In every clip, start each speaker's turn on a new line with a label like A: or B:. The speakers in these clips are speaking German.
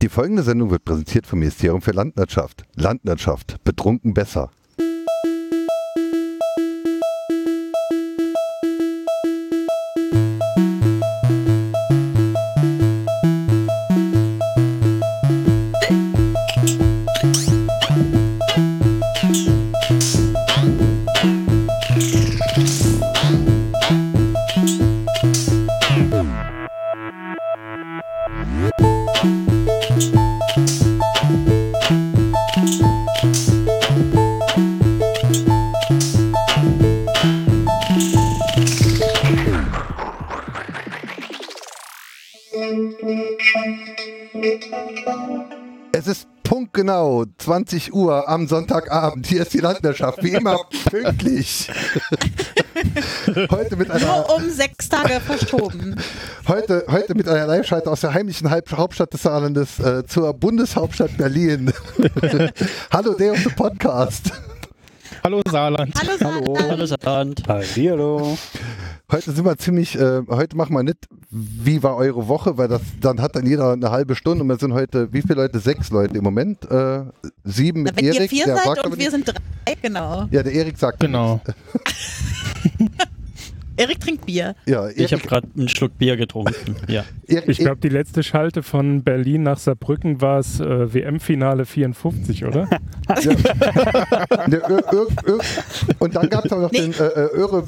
A: Die folgende Sendung wird präsentiert vom Ministerium für Landwirtschaft. Landwirtschaft, betrunken besser. Es ist punktgenau 20 Uhr am Sonntagabend. Hier ist die Landwirtschaft, wie immer pünktlich. heute mit einer,
B: Nur um sechs Tage verschoben.
A: heute, heute mit einer Live-Schalte aus der heimlichen Halb Hauptstadt des Saarlandes äh, zur Bundeshauptstadt Berlin. Hallo, der auf dem Podcast.
C: Hallo Saarland.
B: Hallo, Hallo.
D: Hallo Saarland.
E: Hallihallo.
A: Heute sind wir ziemlich, äh, heute machen wir nicht, wie war eure Woche, weil das, dann hat dann jeder eine halbe Stunde und wir sind heute, wie viele Leute? Sechs Leute im Moment. Äh, sieben mit
B: Wenn
A: Erik.
B: ihr vier
A: der
B: seid
A: sagt
B: und
A: aber
B: wir
A: nicht-
B: sind drei, genau.
A: Ja, der Erik sagt.
C: Genau.
B: Erik trinkt Bier.
A: Ja,
D: Ich habe
A: Erik,
D: gerade einen Schluck Bier getrunken. Ja.
A: Erik,
E: Ich glaube, die letzte Schalte von Berlin nach Saarbrücken war es äh, WM-Finale 54, oder?
A: Ne, Ö- Ö- Ö- und dann gab es auch noch den äh, äh, Öre.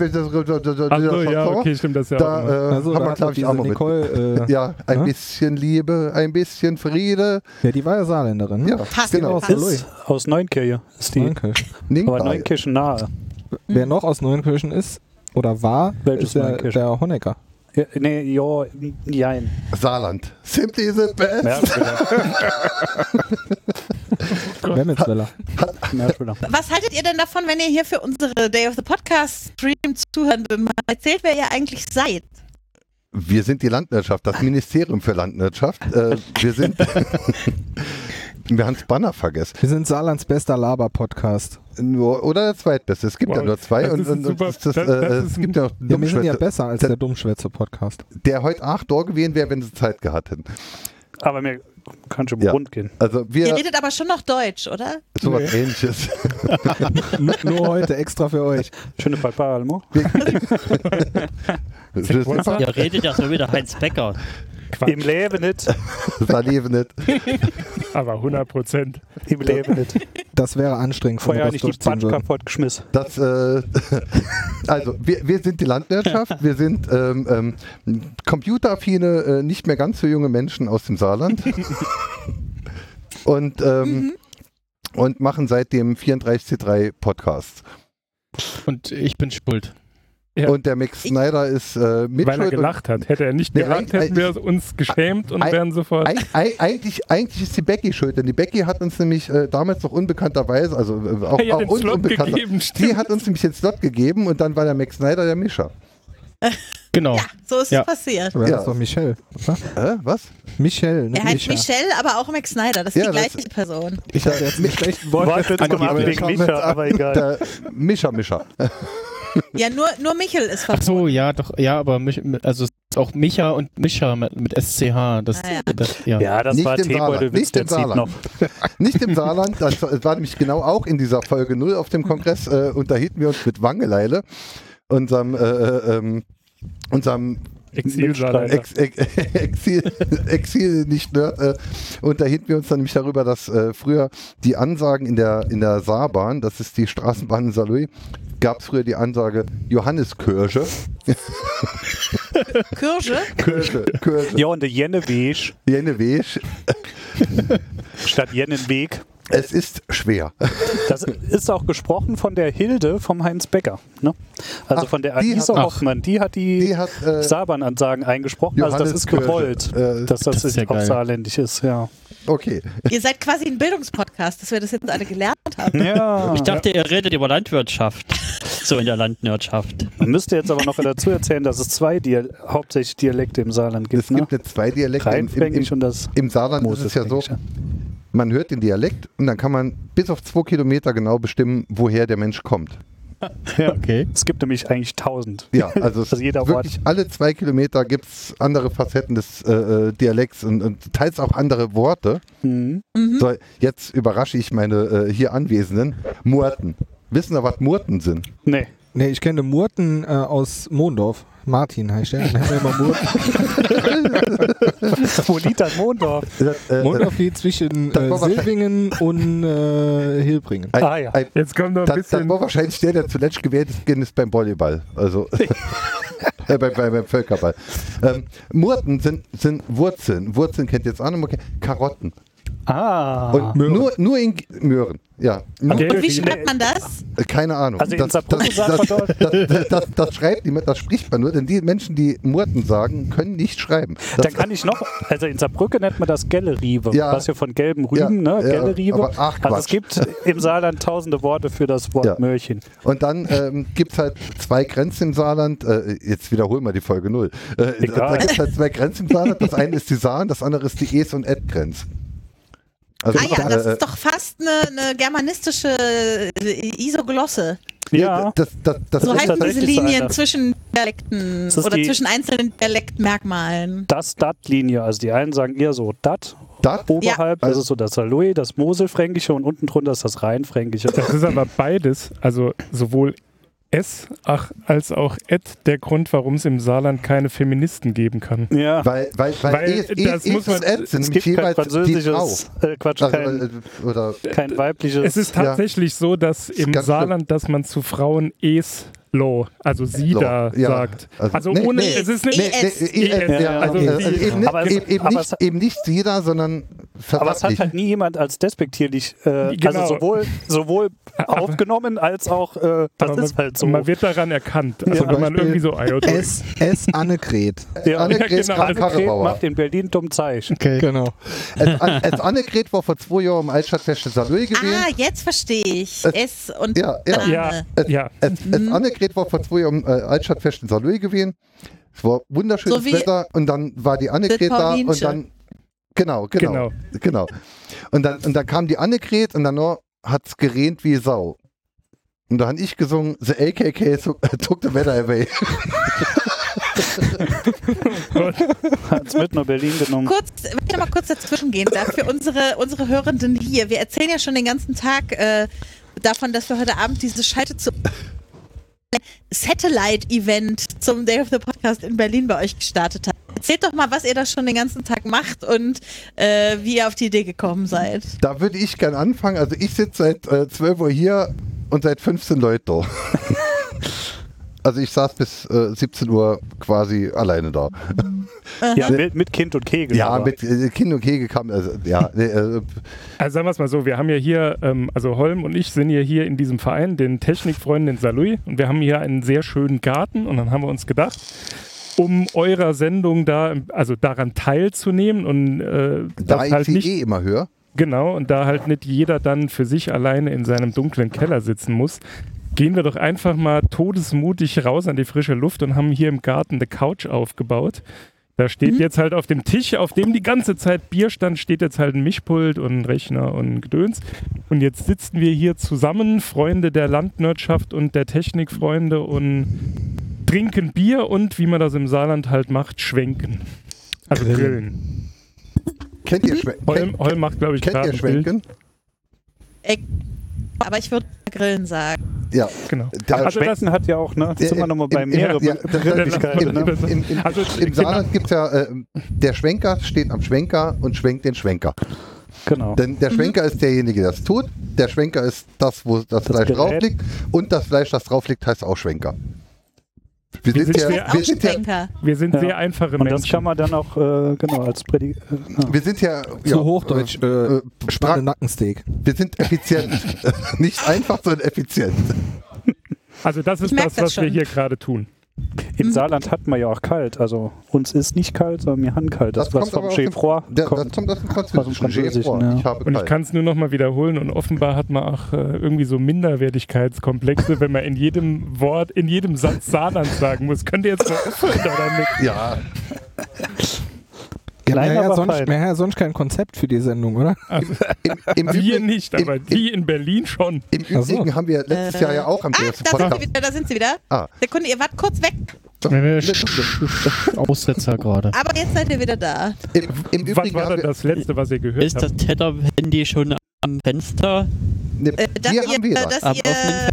E: Achso, ja, okay, stimmt, das ist ja auch immer.
A: Da äh,
F: Also,
A: haben
F: da
A: wir,
F: hat
A: glaube
F: doch
A: ich,
F: diese
A: auch mal mit.
F: Nicole, äh, ja.
A: Ja, ein
F: Ja?
A: bisschen Liebe, ein bisschen Friede.
F: die war ja Saarländerin. ne?
A: Ja,
B: Passt.
A: genau.
B: Passt.
F: Ui.
D: Ist
E: Aus Neunkirche ist die.
F: Danke.
A: Ninka.
E: Aber Neunkirchen nahe.
F: Wer noch aus Neunkirchen ist oder war,
E: Welches
F: ist der,
E: Neunkirchen?
F: der Honecker.
E: Ja, nee, jo, jein.
A: Saarland. Simply the best.
F: Wemmelswiller.
E: Merkwürdig.
B: Was haltet ihr denn davon, wenn ihr hier für unsere Day of the Podcast Stream zuhört und mal erzählt, wer ihr eigentlich seid?
A: Wir sind die Landwirtschaft, das Ministerium für Landwirtschaft. Äh, wir sind. wir haben das Banner vergessen.
F: Wir sind Saarlands bester Laber-Podcast.
A: Nur, oder der zweitbeste. Es gibt
E: Wow,
A: ja nur zwei.
E: das
A: und,
E: ist ein
A: und,
E: super-
A: und das,
E: das-
A: äh,
E: das ist
A: es
E: ein-
A: gibt ja noch
F: Ja, wir sind ja
A: Dummschwätze,
F: besser als
A: Das-
F: der Dummschwätze-Podcast.
A: der heute acht Dorge gewesen wäre, wenn sie Zeit gehabt hätten.
E: Aber mir kann schon
A: Ja.
E: rund gehen.
A: Also
B: Ihr
A: wir,
B: redet aber schon noch Deutsch, oder?
A: sowas ähnliches.
F: Nur nur heute extra für euch.
E: Schöne Papa, Almo.
A: Das ist
E: Wolfgang?
A: einfach
D: Ihr redet ja so wie der Heinz Becker.
E: Im Leben nicht.
A: das Leben nicht.
C: Aber 100 Prozent.
E: Im Leben nicht.
F: Das wäre anstrengend, wenn wir
E: Vorher
F: das
E: nicht die
F: durchziehen
E: Punch
F: würden.
E: kaputt geschmissen.
A: Das, äh, also, wir, wir sind die Landwirtschaft, wir sind ähm, ähm, computeraffine, äh, nicht mehr ganz so junge Menschen aus dem Saarland. und, ähm, und machen seitdem 34C3 Podcasts.
C: Und ich bin schuld.
E: Ja.
A: Und der Max
B: Ich-
A: Snyder ist äh,
E: Weil er
A: mitschuld. und-
E: gelacht hat. Hätte er nicht
A: Nee,
E: gelacht,
A: ei-
E: hätten wir uns geschämt und
A: ei-
E: wären sofort.
A: Eig eig eigentlich, eigentlich ist die Becky schuld, denn die Becky hat uns nämlich äh, damals noch unbekannterweise, also äh, auch,
C: Ja,
A: auch
C: den
A: uns
C: Slot
A: unbekannter,
C: gegeben,
A: die
C: stimmt.
A: hat uns nämlich den Slot gegeben und dann war der Max Snyder der Mischer.
C: Genau.
B: Ja, so ist
C: Ja.
B: es passiert.
F: Wer
A: Ja.
F: ist doch Michelle? oder?
A: Äh, was?
F: Michelle, ne?
B: Er heißt
F: Micha.
B: Michelle, aber auch Max Snyder. Das ist
A: Ja,
B: die
A: das-
B: gleiche Person.
F: Ich hatte jetzt einen schlechten Wort.
E: Wortwitz
C: An die
E: gemacht
C: Welt.
E: wegen Micha, aber egal.
A: Der Mischer, Mischer.
B: Ja, nur, nur Michel ist
C: Ach
B: verrückt.
C: so, ja, doch, ja, aber mich, also es ist auch Micha und Mischa mit, mit SCH. Das,
B: Ah, ja.
C: das, ja.
E: Ja, das
A: Nicht
E: war
A: im
E: Teebeutelwitz,
A: Saarland, nicht
E: der
A: im
E: zieht noch.
A: Saarland. Nicht im Saarland, das war nämlich genau auch in dieser Folge null auf dem Kongress, äh, unterhielten wir uns mit Wangeleile, unserem, äh, äh, ähm, unserem
E: Exilsaarland.
A: Ex Ex Exil, Exil nicht Nerd. Äh, und da hielten wir uns dann nämlich darüber, dass äh, früher die Ansagen in der, in der Saarbahn, das ist die Straßenbahn in Saarlouis, gab es früher die Ansage Johanneskirche.
B: Kirsche.
A: Kirche, Kirche.
E: Ja, und der Jenneweg
A: Jenneweg.
E: statt Jennenweg.
A: Es ist schwer.
E: Das ist auch gesprochen von der Hilde vom Heinz Becker. Ne? Also
A: Ach,
E: von der
A: die
E: Anisa
A: hat-
E: Hoffmann. Die hat die,
A: Die hat, äh,
E: Saarbahnansagen eingesprochen. Also das
A: Johannes
E: ist
A: Kirche.
E: gewollt,
A: Äh,
E: dass das,
C: das ist ja
E: auch
C: geil.
E: saarländisch ist. Ja.
A: Okay.
B: Ihr seid quasi ein Bildungspodcast, dass wir das jetzt alle gelernt haben.
E: ja.
D: Ich dachte, ihr redet über Landwirtschaft. So in der Landwirtschaft.
E: Man müsste jetzt aber noch dazu erzählen, dass es zwei Dial hauptsächlich Dialekte im Saarland gibt.
A: Es gibt
E: ne?
A: jetzt zwei Dialekte. Im, im,
E: Rheinfränkisch
A: im,
E: und das
A: Im Saarland ist es ja so,
E: Mosesfränkische.
A: man hört den Dialekt und dann kann man bis auf zwei Kilometer genau bestimmen, woher der Mensch kommt.
G: Ja.
C: Okay.
G: Es gibt nämlich eigentlich 1000.
A: Ja, also es
G: Also jeder Ort.
A: wirklich alle zwei Kilometer gibt es andere Facetten des äh, äh, Dialekts und, und teils auch andere Worte.
G: Mhm.
B: Mhm.
A: So, jetzt überrasche ich meine äh, hier Anwesenden. Murten. Wissen Sie, was Murten sind?
G: Nee.
F: Nee, ich kenne Murten äh, aus Mondorf. Martin heißt der. Nennt man immer Murten.
A: Äh,
G: Wo liegt dann Mondorf?
A: Das, äh, äh,
F: Mondorf liegt zwischen
A: Das war
F: äh,
A: wahrscheinlich-
F: Silvingen und äh, Hilbringen.
A: Ei,
G: Ah ja.
A: ei,
E: Jetzt kommt noch ein
A: das, das
E: bisschen.
A: war wahrscheinlich der, der zuletzt gewählt ist, Guinness beim Volleyball. Also äh, beim, beim, beim Völkerball. Ähm, Murten sind, sind Wurzeln. Wurzeln kennt jetzt auch noch mal. Karotten.
G: Ah.
A: Und nur, nur in Möhren. Ja. Nur,
G: Okay.
B: Und wie schreibt man das?
A: Äh, Keine Ahnung.
G: Also in Saarbrücken
A: das,
G: sagt
A: das,
G: man
A: das, das, das, das schreibt niemand, das spricht man nur, denn die Menschen, die Murten sagen, können nicht schreiben.
G: Dann
A: Das,
G: kann ich noch, also in Saarbrücken nennt man das Gellerive,
A: Ja.
G: was wir von gelben Rüben,
A: Ja,
G: ne?
A: ja,
G: Gellerive.
A: aber ach,
G: also es
A: Quatsch.
G: gibt im Saarland tausende Worte für das Wort
A: Ja.
G: Möhrchen.
A: und dann ähm, gibt es halt zwei Grenzen im Saarland. Äh, jetzt wiederholen wir die Folge null. Äh,
G: Egal.
A: da gibt es halt zwei Grenzen im Saarland. Das eine ist die Saar und das andere ist die Es- und Ed-Grenz. Also,
B: Ah ja, das
A: äh,
B: ist doch fast eine, eine germanistische äh, Isoglosse.
G: Ja,
A: äh, Das, das, das,
B: So
A: das
B: heißen
G: tatsächlich
B: diese
G: so
B: Linien
G: einer.
B: zwischen Dialekten
G: ist
B: oder
G: die-
B: zwischen einzelnen Dialektmerkmalen.
G: das Dat-Linie. Also die einen sagen eher so Dat,
A: das,
G: oberhalb,
A: Ja.
G: das ist so das Aloe, das Moselfränkische und unten drunter ist das Rheinfränkische.
E: Das ist aber beides, also sowohl S ach, als auch Ed, der Grund, warum es im Saarland keine Feministen geben kann.
G: Ja,
A: weil, weil, weil,
E: Weil
A: Es,
E: das
A: es, es
E: muss man-
A: und Ed sind
G: es
A: nämlich
G: gibt kein
A: jeweils die Frau.
G: französisches, äh, Quatsch,
A: Also,
G: kein,
A: äh, oder
G: kein weibliches.
E: Es ist
A: Ja.
E: tatsächlich so, dass im
A: ganz schlimm.
E: Saarland, dass man zu Frauen Es lo, also sie
A: Lo,
E: da
A: ja.
E: sagt.
A: Also-
E: Also
A: nee,
E: ohne,
A: nee.
E: es ist eine
A: Nee,
B: ES.
A: nee, ES,
E: ES,
A: ja,
E: also
A: okay.
E: die-
A: also eben,
G: aber es-
A: nicht, eben, eben,
G: aber
A: nicht,
G: es-
A: eben nicht jeder, sondern
G: aber es hat
A: verwandtlich.
G: halt nie jemand als despektierlich, äh,
E: Genau.
G: also sowohl, sowohl aufgenommen als auch, äh, das
E: aber
G: ist
E: man,
G: halt so.
E: man wird daran erkannt. Also
F: Zum
E: wenn man
F: Beispiel
E: irgendwie so IoT
F: S. S. Annegret.
G: halt Ja.
A: Annegret
E: Ja, genau.
A: Kramp- Karrenbauer.
G: macht in Berlin dumm Zeich.
C: Okay.
F: Genau.
A: Als, An- als Annegret war vor zwei Jahren im Altstadtfest Salö gewesen.
B: Ah, jetzt verstehe ich. S und
A: ja, ja.
B: Dame.
E: Ja,
A: äh,
E: ja.
A: Als,
B: Mhm.
A: als Annegret war vor zwei Jahren im äh, Altstadtfest in Salö gewesen. Es war wunderschönes
B: So wie-
A: Wetter und dann war die Annegret da und
B: Paulinsche.
A: dann. Genau, genau. Genau. Und, dann, und dann kam die Annegret und dann hat es geregnet wie Sau. Und da habe ich gesungen, The AKK took took the weather away.
G: Hat's mit nach Berlin genommen.
B: Kurz, wenn ich noch mal kurz dazwischen gehen darf, für unsere, unsere Hörenden hier. Wir erzählen ja schon den ganzen Tag äh, davon, dass wir heute Abend diese Schalte zu Satellite-Event zum Day of the Podcast in Berlin bei euch gestartet haben. Erzählt doch mal, was ihr da schon den ganzen Tag macht und äh, wie ihr auf die Idee gekommen seid.
A: Da würde ich gern anfangen. Also ich sitze seit äh, 12 Uhr hier und seit 15 Leute da. also ich saß bis äh, 17 Uhr quasi alleine da.
E: Genau.
G: Ja, mit, mit Kind und Kegel.
A: Ja,
G: aber.
A: mit äh, Kind und Kegel kam, also ja, nee, äh,
E: Also sagen wir es mal so, wir haben ja hier, ähm, also Holm und ich sind ja hier in diesem Verein, den Technikfreunden in Saarlouis und wir haben hier einen sehr schönen Garten und dann haben wir uns gedacht, um eurer Sendung da, also daran teilzunehmen und äh,
A: da
E: das
A: ich
E: halt
A: sie
E: nicht,
A: eh immer höre.
E: genau, und da halt nicht jeder dann für sich alleine in seinem dunklen Keller sitzen muss, gehen wir doch einfach mal todesmutig raus an die frische Luft und haben hier im Garten eine Couch aufgebaut. Da steht jetzt halt auf dem Tisch, auf dem die ganze Zeit Bier stand, steht jetzt halt ein Mischpult und ein Rechner und ein Gedöns. Und jetzt sitzen wir hier zusammen, Freunde der Landwirtschaft und der Technikfreunde und trinken Bier und wie man das im Saarland halt macht, schwenken. Also grillen.
A: Kennt ihr, Schwe kennt,
E: Holm, Holm macht, glaube ich,
A: kennt
E: gerade
A: ihr
E: ein Bild.
A: Schwenken?
B: Äh, aber ich würde Grillen sagen.
A: Ja.
E: Genau.
A: Da-
G: Aber
E: Also das-
G: Schwenken hat ja auch, ne? Jetzt sind wir nochmal bei
A: Im-
G: mehreren
A: ja, das-
G: Möglichkeiten.
A: Im,
G: Ne?
A: Genau. im, im, im,
E: Also,
A: im Saarland gibt es ja, äh, der Schwenker steht am Schwenker und schwenkt den Schwenker.
G: Genau.
A: Denn
E: Mhm.
A: der Schwenker ist derjenige, der es tut. Der Schwenker ist das, wo das, Fleisch
G: Gerät.
A: drauf liegt. Und das Fleisch, das drauf liegt, heißt auch Schwenker. Wir sind,
E: sind
A: ja,
E: wir-
A: wir, sind ja,
B: Ausschwenker.
E: Wir sind
G: Ja.
E: sehr einfache
G: Und das
E: Menschen.
G: kann man dann auch, äh, genau, als Prädi äh, ah.
A: wir sind ja,
F: Zu
A: ja
F: Hochdeutsch. Äh,
A: äh,
F: Spanne
A: Sprach,
F: Nackensteak.
A: wir sind effizient. Nicht einfach, sondern effizient.
E: Also das
B: Ich
E: ist
B: merk
E: das,
B: das
E: was wir
B: schon.
E: hier gerade tun.
G: Im Saarland hat man ja auch kalt. Also uns ist nicht kalt, sondern mir haben kalt. Das,
A: Das
G: was
A: kommt
G: vom
A: aber aus dem-
G: Chef Rohr
A: Der, das
G: kommt.
A: kommt aus dem
G: Aus dem
A: Französischen.
G: Französischen,
A: Geoffroy.
G: ja.
A: Ich habe
E: Und ich
A: keinen.
E: kann es nur noch mal wiederholen und offenbar hat man auch äh, irgendwie so Minderwertigkeitskomplexe, wenn man in jedem Wort, in jedem Satz Saarland sagen muss. Könnt ihr jetzt mal aufhören damit?
A: Ja,
G: Kleiner,
F: ja,
G: aber
F: sonst,
G: fein.
F: wir haben ja sonst kein Konzept für die Sendung, oder?
A: Im, im,
E: Wir
A: Übrigen,
E: nicht, aber
A: im-
E: die in Berlin schon.
A: im
F: Ach so.
A: Übrigen haben wir letztes Jahr ja auch
E: Äh,
A: am
B: Ach,
A: ersten
B: Äh, ah, da sind sie
A: Podcast.
B: wieder, da sind sie wieder.
A: Ah.
B: Sekunde, ihr wart kurz weg,
C: Aussetzer gerade.
B: aber jetzt seid ihr wieder da.
A: Im, im
E: Was
A: Übrigen
E: war
A: haben
E: denn
A: wir,
E: das Letzte, was ihr gehört
D: Ist
E: habt?
D: das Tether-Handy schon am Fenster?
A: ne,
B: Äh, dass
A: die
B: ihr,
A: haben wir.
B: dass
D: Am offenen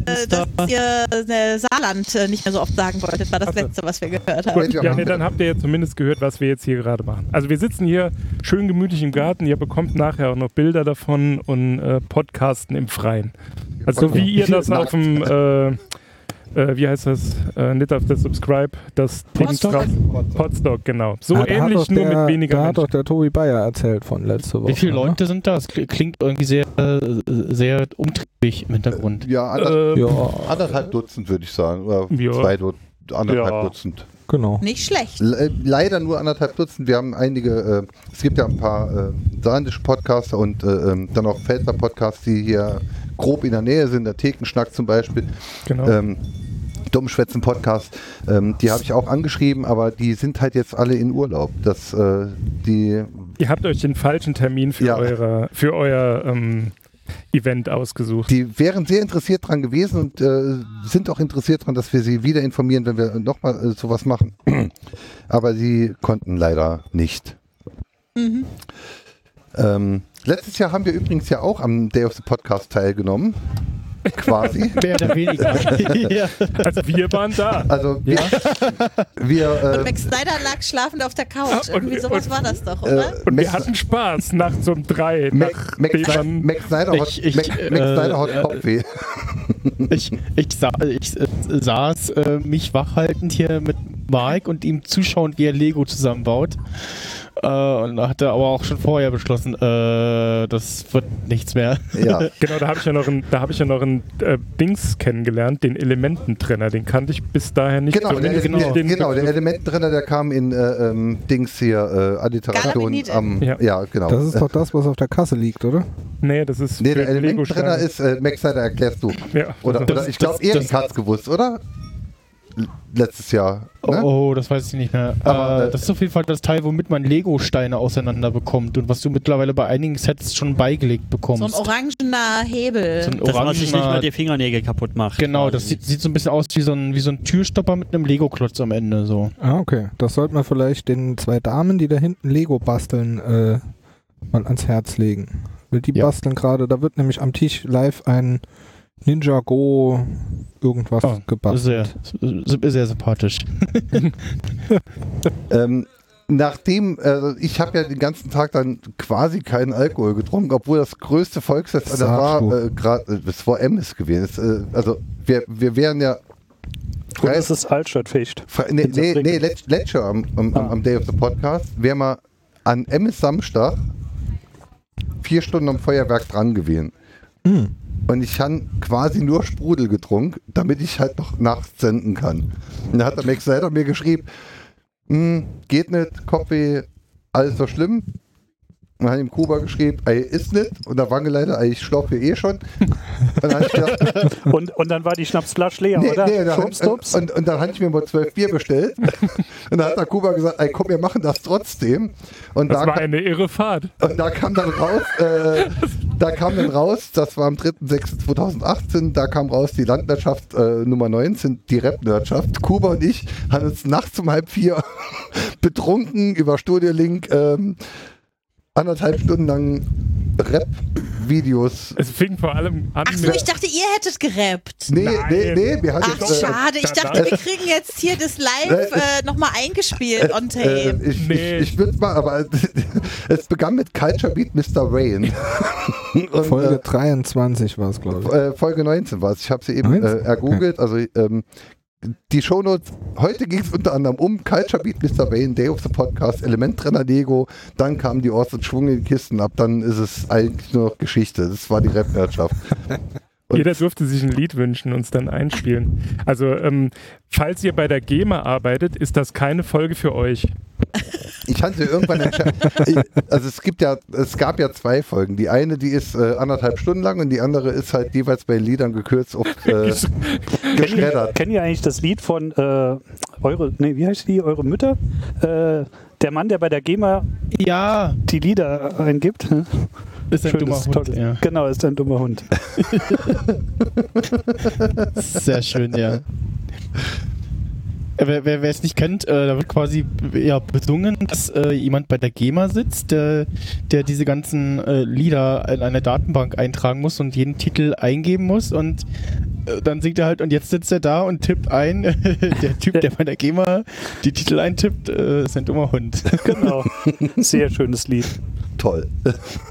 B: ihr,
D: Fenster.
B: dass ihr äh, Saarland äh, nicht mehr so oft sagen wolltet, war das
E: Also.
B: Letzte, was wir gehört haben.
E: Gut, ja, nee, dann habt ihr jetzt zumindest gehört, was wir jetzt hier gerade machen. Also wir sitzen hier schön gemütlich im Garten. Ihr bekommt nachher auch noch Bilder davon und äh, Podcasten im Freien. Also so wie ihr das auf dem, äh, äh, wie heißt das, äh, nicht auf der Subscribe, das Ding
B: Podstock?
E: drauf. Podstock, genau. So
F: Ah, da hat
E: ähnlich,
F: doch
E: nur
F: der,
E: mit weniger
F: Da hat doch
E: Menschen.
F: der Tobi Bayer erzählt von letzter Woche. ne?
C: Wie viele
F: oder?
C: Leute sind das? Klingt irgendwie sehr, äh, sehr umtriebig im Hintergrund.
A: Ja, ander,
E: Äh,
F: Ja,
A: anderthalb Dutzend würde ich sagen. Oder
E: Ja.
A: zwei Dutzend. Anderthalb
G: Ja.
A: Dutzend.
F: genau.
B: Nicht schlecht.
A: Le- Leider nur anderthalb Dutzend. Wir haben einige, äh, es gibt ja ein paar äh, saarländische Podcaster und äh, ähm, dann auch Pfälzer Podcasts, die hier grob in der Nähe sind. Der Thekenschnack zum Beispiel.
E: genau.
A: ähm, Dummschwätzen Podcast, ähm, die habe ich auch angeschrieben, aber die sind halt jetzt alle in Urlaub. Das, äh, die,
E: Ihr habt euch den falschen Termin für,
A: Ja.
E: eure, für euer ähm, Event ausgesucht.
A: die wären sehr interessiert dran gewesen und äh, sind auch interessiert dran, dass wir sie wieder informieren, wenn wir nochmal äh, sowas machen. Aber sie konnten leider nicht. Ähm, letztes Jahr haben wir übrigens ja auch am Day of the Podcast teilgenommen. Quasi.
C: Mehr oder weniger. ja.
E: Also wir waren da.
A: Also wir,
B: Und
A: wir äh,
B: Max Snyder lag schlafend auf der Couch.
E: Ah, und-
B: Irgendwie sowas
E: und-
B: war das doch, oder?
E: Und wir
A: äh, Max-
E: hatten Spaß nachts um drei.
A: Max, Max,
E: nachdem
A: Snyder-
E: man-
A: Max Snyder hat,
C: Ich- ich,
A: Max, Max
C: äh,
A: Snyder hat
C: äh,
A: Kopfweh.
C: Ich, ich, sa ich äh, saß äh, mich wachhaltend hier mit Mike und ihm zuschauend, wie er Lego zusammenbaut. Äh, und hatte aber auch schon vorher beschlossen, äh, das wird nichts mehr.
A: Ja,
E: Genau, da habe ich ja noch einen, da habe ich ja noch einen äh, Dings kennengelernt, den Elemententrenner. Den kannte ich bis daher nicht.
A: genau, der,
E: zumindest
A: genau,
E: nicht den
A: genau, der Elemententrenner, der kam in äh, ähm, Dings hier, äh, Alliteration
B: Galabinide.
A: am.
E: Ja.
A: Ja, genau.
F: Das ist doch das, was auf der Kasse liegt, oder?
E: Nee, das ist
A: nee,
E: für
A: der Elemententrenner
E: Lego-Steine.
A: ist, äh, Max Snyder, erklärst du.
E: Ja,
A: Oder,
E: also,
A: oder ich glaube,
C: das-
A: Erik
C: das-
A: hat es gewusst, oder? L- Letztes Jahr. Ne?
C: Oh, das weiß ich nicht mehr.
A: Aber,
C: äh, das ist auf jeden Fall das Teil, womit man Lego-Steine auseinander bekommt und was du mittlerweile bei einigen Sets schon beigelegt bekommst.
B: So ein orangener Hebel.
C: So ein
D: Dass man sich nicht
C: orangener-
D: mal die Fingernägel kaputt macht.
C: Genau, das
D: quasi.
C: sieht, sieht so ein bisschen aus wie so ein, wie so ein Türstopper mit einem Lego-Klotz am Ende. So.
F: Ah, okay. Das sollten wir vielleicht den zwei Damen, die da hinten Lego basteln, äh, mal ans Herz legen. Weil die
C: Ja.
F: basteln gerade, da wird nämlich am Tisch live ein Ninja Go irgendwas
C: Ah,
F: gebastelt.
C: Sehr, sehr, sehr sympathisch.
A: Ähm, nachdem, äh, ich habe ja den ganzen Tag dann quasi keinen Alkohol getrunken, obwohl das größte Volksfest an der
F: Sagst
A: war,
F: du.
A: äh, grad, äh, es war Emmes gewesen. Es, äh, also wir, wir wären ja
G: Und es ist Altstadtfecht.
A: Fra nee,
G: Bin's
A: nee,
G: jetzt
A: nee
G: richtig?
A: Letz- letztes Jahr am, am, am-
G: Ah.
A: am Day of the Podcast wäre mal an Emmes Samstag vier Stunden am Feuerwerk dran gewesen.
F: Hm.
A: Und ich habe quasi nur Sprudel getrunken, damit ich halt noch nachts senden kann. Und da hat der Max Snyder mir geschrieben, "Hm, geht nicht, Kopfweh, alles so schlimm. Und dann hat ihm Kuba geschrieben, ey, ist nicht. Und da waren leider, ey, ich schlafe eh schon. Und dann hab ich gedacht,
G: Und, und dann war die Schnapsflasche leer,
A: Nee,
G: oder?
A: nee, da
G: Schwupps,
A: hat,
G: dups.
A: und, und, und dann hatte ich mir mal zwölf Bier bestellt. und dann hat der Kuba gesagt, ey, komm, wir machen das trotzdem. Und,
E: das
A: da,
E: war
A: kam-
E: eine irre Fahrt.
A: und da kam dann raus, äh, da kam dann raus, das war am 3.6.2018, da kam raus die Landwirtschaft äh, Nummer 19, die Rap-Nerdschaft. Kuba und ich haben uns nachts um halb vier betrunken über Studio Link ähm, anderthalb Stunden lang Rap-Videos.
E: Es fing vor allem an
B: Ach so, ich dachte, ihr hättet gerappt.
A: Nee, äh,
E: Nein.
A: nee, nee, wir hatten
B: Ach, schade. Ich
E: da-
B: dachte,
E: da-
B: wir kriegen jetzt hier das live äh, nochmal eingespielt on tape.
A: Äh, ich
E: Nee.
A: ich, ich würde mal, aber es begann mit Culture Beat Mr. Rain. Und,
F: Folge 23 war es, glaube ich.
A: äh, äh, Folge 19 war es. Ich habe sie eben
F: 19?
A: äh, ergoogelt. Also ähm, die Shownotes, heute ging es unter anderem um Culture Beat Mr. Rain, Day of the Podcast, Elementtrenner Lego, dann kamen die Orts und Schwung in die Kisten ab, dann ist es eigentlich nur noch Geschichte. Das war die Rap-Wirtschaft. und-
E: Jeder durfte sich ein Lied wünschen und es dann einspielen. Also, ähm, falls ihr bei der GEMA arbeitet, ist das keine Folge für euch.
A: Ich hatte irgendwann entschieden. Also es gibt ja, es gab ja zwei Folgen. Die eine, die ist äh, anderthalb Stunden lang und die andere ist halt jeweils bei Liedern gekürzt auf äh, geschreddert.
G: Kennt ihr eigentlich das Lied von äh, eure, nee, wie heißt die, eure Mütter? Äh, Der Mann, der bei der GEMA
C: Ja,
G: die Lieder eingibt. ne?
C: ist ein dummer
G: Schönes,
C: Hund.
G: tolles-
C: Ja.
G: Genau, ist ein dummer Hund.
C: Sehr schön, ja. Äh, Wer, wer, wer es nicht kennt, äh, da wird quasi ja, besungen, dass äh, jemand bei der GEMA sitzt, der, der diese ganzen äh, Lieder in eine Datenbank eintragen muss und jeden Titel eingeben muss und äh, dann singt er halt und jetzt sitzt er da und tippt ein, der Typ, der bei der GEMA die Titel eintippt, äh, ist ein dummer Hund.
G: Genau. Sehr schönes Lied.
A: Toll.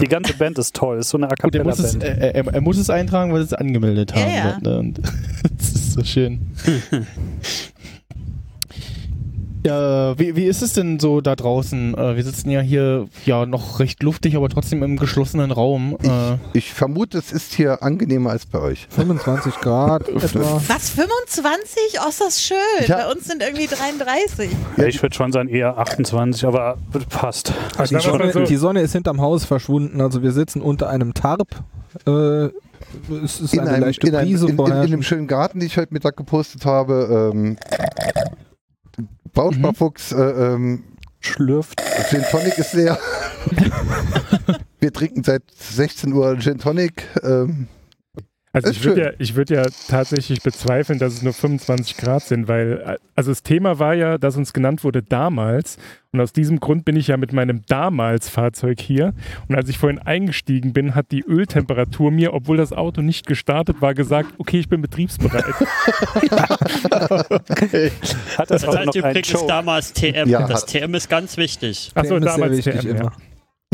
G: Die ganze Band ist toll. Ist so eine A
C: Gut, er muss, es,
G: Cappella-Band.
C: er, er, er muss es eintragen, weil sie es angemeldet
B: Ja,
C: haben.
B: ja.
C: Ne? Und das ist so schön. ja, wie, wie ist es denn so da draußen? Äh, Wir sitzen ja hier ja noch recht luftig, aber trotzdem im geschlossenen Raum.
F: Ah.
C: Äh,
A: Ich vermute, es ist hier angenehmer als bei euch.
F: 25 Grad etwa.
B: Was, 25? Oh, ist das schön.
A: Ja.
B: Bei uns sind irgendwie 33.
G: Ja, ich würde schon sagen, eher 28, aber passt.
E: Also
F: Die
E: sagen wir mal
F: Sonne,
E: so,
F: die Sonne ist hinterm Haus verschwunden, also wir sitzen unter einem Tarp. Äh, es ist
A: In
F: eine
A: einem,
F: leichte
A: in, einem,
F: Brise
A: in, in, in
F: vorher.
A: einem schönen Garten, den ich heute Mittag gepostet habe. Ähm,
F: Mhm.
A: Bausparfuchs, äh, ähm,
G: Schlürft.
A: Gin Tonic ist leer. Wir trinken seit 16 Uhr Gin Tonic. Ähm,
E: also
A: ist
E: ich würde
A: schön.
E: ja, ich würd ja tatsächlich bezweifeln, dass es nur 25 Grad sind, weil äh, also das Thema war ja, dass uns genannt wurde damals und aus diesem Grund bin ich ja mit meinem damals Fahrzeug hier und als ich vorhin eingestiegen bin, hat die Öltemperatur mir, obwohl das Auto nicht gestartet war, gesagt, okay, ich bin betriebsbereit.
G: Hat das,
D: Das
G: auch noch
D: heißt
G: einen
D: übrigens
G: Show?
D: damals TM.
A: Ja,
D: das
A: hat-
D: TM ist ganz wichtig.
E: Achso,
F: TM ist sehr
E: damals
F: wichtig
E: TM, ja.
F: immer.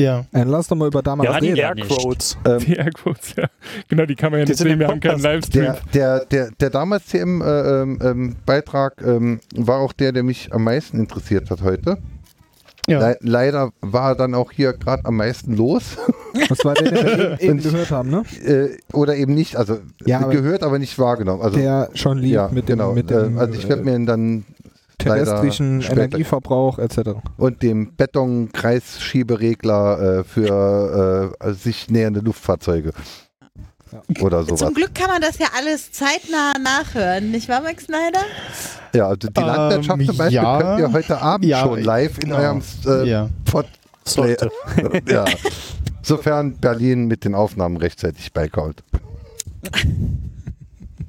C: ja.
F: Äh, lass doch mal über damals
D: Ja, die
F: reden.
D: Air- nicht.
G: Quotes.
E: Ja, gut, ja. Genau, die kann man ja
G: Die
E: nicht
G: sind
E: sehen,
G: im
E: wir haben keinen
G: Podcast.
E: Livestream.
A: der, der, der, der damals äh, CM-Beitrag ähm, war auch der, der mich am meisten interessiert hat heute.
C: Ja.
A: Le leider war dann auch hier gerade am meisten los.
F: Das war der, den wir eben, eben gehört haben, ne?
A: Äh, oder eben nicht, also
F: Ja, aber-
A: gehört, aber nicht wahrgenommen. Also,
F: Der schon lief
A: ja,
F: mit dem,
A: genau.
F: mit dem
A: äh, also ich werde mir ihn dann leider
F: terrestrischen
A: später-
F: Energieverbrauch etc.
A: und dem Beton-Kreisschieberegler äh, für äh, sich nähernde Luftfahrzeuge. Oder sowas.
B: Zum Glück kann man das ja alles zeitnah nachhören, nicht wahr, Max Snyder?
A: Ja, also die
C: Ähm,
A: Landwirtschaft zum Beispiel
C: ja.
A: könnt ihr heute Abend
C: Ja,
A: schon live in
C: genau.
A: eurem äh,
C: ja.
A: Podplay.
G: Sollte.
A: ja. Sofern Berlin mit den Aufnahmen rechtzeitig beikommt.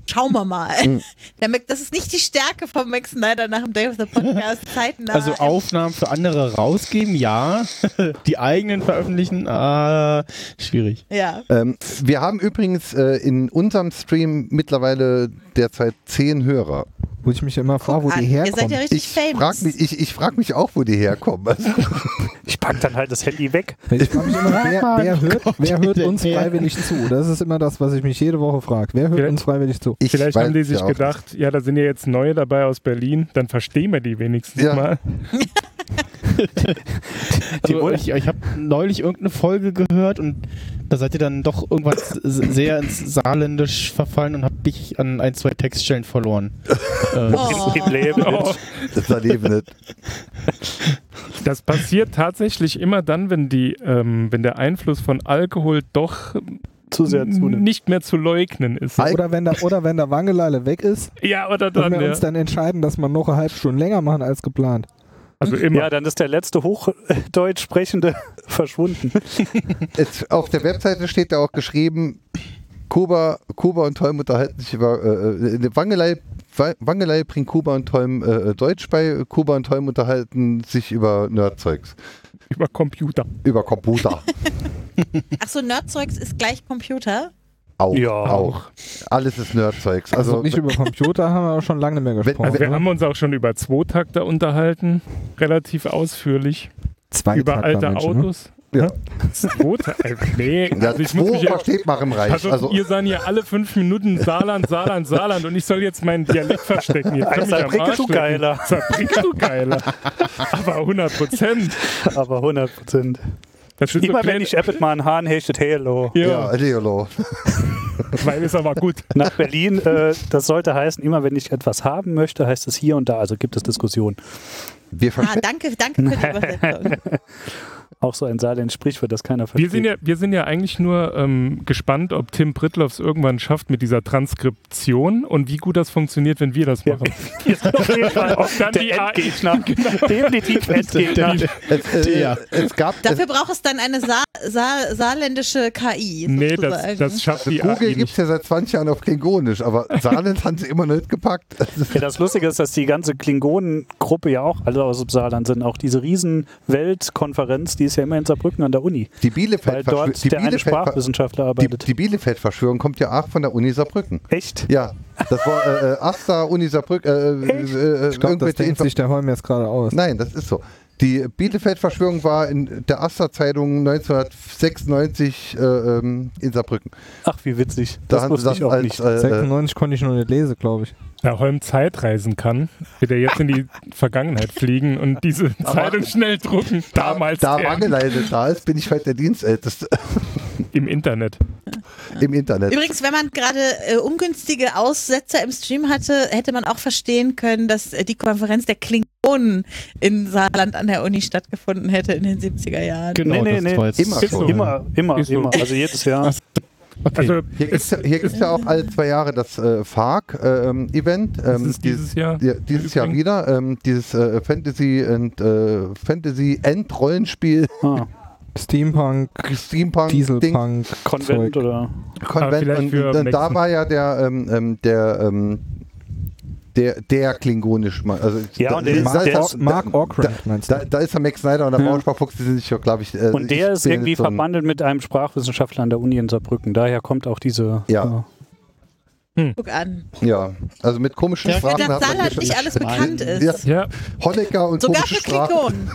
B: Schauen wir mal. Der Mac, das ist nicht die Stärke von Max Snyder nach dem Day of the Podcast. Zeitnah.
C: Also Aufnahmen für andere rausgeben, ja. die eigenen veröffentlichen, äh, schwierig.
B: ja.
A: Ähm, wir haben übrigens äh, in unserem Stream mittlerweile derzeit zehn Hörer.
F: Wo ich mich immer frage, wo
B: Ah,
F: die
B: Ihr seid
F: herkommen.
B: ja richtig
A: Ich
B: famous.
A: frage mich, ich, ich frag mich auch, wo die herkommen. Also,
G: Ich pack dann halt das Handy weg.
F: Ich frage mich immer, wer, wer hört, wer hört
C: denn
F: uns
C: her?
F: freiwillig zu? Das ist immer das, was ich mich jede Woche frage. Wer hört
E: Vielleicht-
F: uns freiwillig zu?
A: ich
E: Vielleicht
A: weiß
E: haben die
A: es
E: sich
A: ja auch
E: gedacht, ja, da sind ja jetzt neue dabei aus Berlin, dann verstehen wir die wenigstens
A: Ja.
E: mal.
C: Also
G: Jawohl.
C: ich ich habe neulich irgendeine Folge gehört und da seid ihr dann doch irgendwann s- sehr ins Saarländisch verfallen und habt mich an ein, zwei Textstellen verloren. äh,
B: Oh.
G: Im, im Leben.
E: Oh,
A: nicht. Das erleben nicht.
E: das passiert tatsächlich immer dann, wenn die, ähm, wenn der Einfluss von Alkohol doch
G: Zu sehr zunimmt.
E: nicht mehr zu leugnen ist.
A: Al-
F: Oder wenn der, oder wenn der Wangeleile weg ist
E: ja, oder
F: und
E: dann,
F: wir
E: ja.
F: uns dann entscheiden, dass wir noch eine halbe Stunde länger machen als geplant.
E: also immer.
G: Ja, dann ist der letzte Hochdeutsch sprechende verschwunden.
A: Es, auf der Webseite steht ja auch geschrieben, Kuba, Kuba und Tolm unterhalten sich über äh, äh, Wangelei, Wa- Wangelei bringt Kuba und Tolm äh, Deutsch bei, Kuba und Tolm unterhalten sich über Nerdzeugs,
E: über Computer.
A: über Computer.
B: Achso, Nerdzeugs ist gleich Computer.
A: auch,
G: Ja.
A: auch. Alles ist Nerdzeugs.
F: Also,
A: Also
F: nicht über Computer haben wir auch schon lange nicht mehr
A: Wenn-
F: gesprochen.
E: Also Wir haben uns auch schon über Zweitakter unterhalten, relativ ausführlich.
F: Zwei
E: über alte
F: ne?
E: Autos. ne?
A: Ja.
E: Zweitakter. Äh, Nee,
A: ja,
E: also ich muss
A: zwei
E: mich ja
A: versteht man im Reich.
E: Also,
A: Also,
E: ihr seid hier alle fünf Minuten Saarland, Saarland, Saarland und ich soll jetzt meinen Dialekt verstecken. Ihr könnt mich am
G: Saarbrücke,
E: Arsch
G: du
E: lecken.
G: Geiler.
E: Saarbrücke, du Geiler. Aber 100 Prozent.
G: Aber 100 Prozent.
E: Das sind so
G: Immer wenn
E: kleine,
G: ich Apple mal einen Hahn hechtet, hello.
E: ja,
A: ja, Leolo.
E: weil ist aber gut.
G: Nach Berlin, äh, das sollte heißen, immer wenn ich etwas haben möchte, heißt es hier und da. Also gibt es Diskussionen.
A: Wir
B: Ah,
A: verschwenden.
B: danke, danke für die Übersetzung.
G: Auch so ein Saarland-Sprichwort, das keiner versteht.
E: Wir sind, ja, wir sind ja eigentlich nur ähm, gespannt, ob Tim Brittloff es irgendwann schafft mit dieser Transkription und wie gut das funktioniert, wenn wir das machen.
G: auf jeden Fall
E: Ob dann die Genau.
G: der
E: AI
G: Endgegner. Definitiv Endgegner.
A: es, äh,
C: Ja.
A: es gab.
B: Dafür braucht es dann eine Saar, Saar, saarländische KI.
E: nee, das,
B: sozusagen.
E: das schafft die
A: Also Google
E: AI
A: gibt es
E: nicht.
A: ja seit 20 Jahren auf Klingonisch, aber Saarland haben sie immer noch nicht gepackt.
G: Ja, das Lustige ist, dass die ganze Klingonengruppe ja auch alle aus dem Saarland sind. Auch diese riesen Weltkonferenz, die ist ja immer in Saarbrücken an der Uni,
A: Die
G: weil dort
A: Bielefeld-Verschwörung die
G: der eine
A: Bielefeld
G: Sprachwissenschaftler
A: die,
G: arbeitet.
A: die Bielefeld-Verschwörung kommt ja auch von der Uni Saarbrücken.
G: Echt?
A: Ja, das war äh, äh, Asta, Uni Saarbrücken. Äh, äh,
F: Ich glaube, das
A: irgendwelche
F: denkt
A: Info-
F: sich der Holm jetzt gerade aus.
A: Nein, das ist so. Die Bielefeld-Verschwörung war in der Asta-Zeitung 1996 äh, ähm, in Saarbrücken.
G: Ach, wie witzig.
A: Da
G: Das
A: haben sie
G: wusste
A: das
G: ich auch
A: als.
G: nicht.
A: Äh, äh,
F: 96 konnte ich noch nicht lesen, glaube ich.
E: Da Holm Zeitreisen kann, wird er jetzt in die Vergangenheit fliegen und diese Zeitung schnell drucken. Damals
A: da
E: ähm,
A: Mangeleide da ist, bin ich halt der Dienstälteste
E: im Internet.
A: im Internet.
B: Übrigens, wenn man gerade äh, ungünstige Aussetzer im Stream hatte, hätte man auch verstehen können, dass äh, die Konferenz der Klingonen in Saarland an der Uni stattgefunden hätte in den 70er Jahren.
C: Genau,
G: Nee, nee,
C: das
G: nee.
C: war jetzt
A: Immer
C: so.
A: schon.
G: Immer, immer,
E: Ist so.
G: immer. Also jedes Jahr.
C: Okay.
E: Also,
A: Hier gibt es ja, gibt's ja auch alle zwei Jahre das äh, FARC-Event.
E: das ist dieses Jahr.
A: Ähm, Ja, dieses Jahr wieder ähm, dieses äh, Fantasy und äh, Fantasy End Rollenspiel
G: Ah,
F: Steampunk,
A: Steampunk Ding
F: Dieselpunk,
G: Konvent
F: Zeug.
G: oder.
E: Ah,
A: Konvent
E: vielleicht
A: und,
E: für
A: dann- da
E: Maxen.
A: war ja der ähm, ähm, der ähm, der der klingonisch mal also
G: Ja,
A: da,
G: und der ist-
A: da,
F: Mark,
G: der
A: da,
G: ist-
F: Mark Orcraft, meinst du?
A: da, da ist der Max Snyder und der
G: Ja.
A: Braunschweig-Fuchs, die sind sich ja, glaube ich. äh,
G: Und der
A: ich
G: ist
A: bin
G: irgendwie
A: jetzt so ein-
G: verbandelt mit einem Sprachwissenschaftler an der Uni in Saarbrücken. Daher kommt auch diese. genau.
A: Ja.
B: Guck an.
A: Ja, also mit komischen
D: Ja.
A: Sprachen
B: Dass
A: hat man
B: Saarland
A: hier
B: nicht
A: schon-
B: alles bekannt ist.
A: Ja,
E: Ja,
A: Honecker und
B: Sogar
A: komische
B: für
A: Sprachen.
B: Klingonen.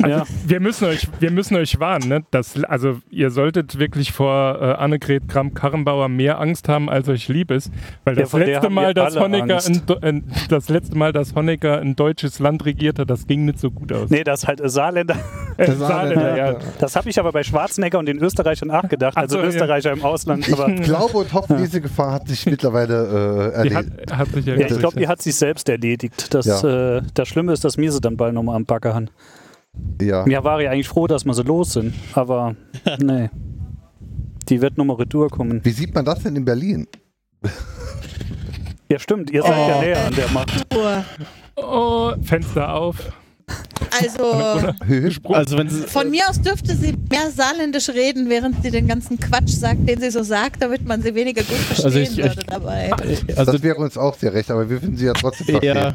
G: Ja.
E: Also wir müssen euch, wir müssen euch warnen, ne? Das, also ihr solltet wirklich vor äh, Annegret Kramp-Karrenbauer mehr Angst haben, als euch lieb ist, weil
G: Ja,
E: das
G: vor der
E: letzte
G: haben
E: Mal,
G: wir
E: dass
G: alle
E: Honecker
G: Angst.
E: ein, Do- ein, das letzte Mal, dass Honecker ein deutsches Land regierte, das ging nicht so gut aus.
G: Nee, das halt Saarländer.
E: Äh,
F: Das
E: Saarländer,
F: Saarländer,
E: ja.
F: ja.
G: Das habe ich aber bei Schwarzenegger und den Österreichern nachgedacht. Also
E: Ach so, ja.
G: Österreicher im Ausland. Aber
A: Ich glaube und hoffe, diese Gefahr hat sich mittlerweile äh,
E: Die
A: erledigt.
E: hat, hat sich ja,
G: ja, ich glaube, die hat sich selbst erledigt. Das, äh, das Schlimme ist, dass wir sie dann bald nochmal am Backe haben.
A: ja.
G: Mir war ja eigentlich froh, dass wir sie los sind. Aber nee. Die wird nochmal retour kommen.
A: Wie sieht man das denn in Berlin?
G: Ja, stimmt. Ihr seid ja näher an der Macht.
B: Uhr.
E: Oh, Fenster auf.
B: Also
A: Höhe
C: also wenn sie,
B: von mir aus dürfte sie mehr saarländisch reden, während sie den ganzen Quatsch sagt, den sie so sagt, damit man sie weniger gut verstehen
C: Also ich- ich-
B: würde dabei.
C: also
A: das wäre uns auch sehr recht, aber wir finden sie ja trotzdem verstehen.
C: ja,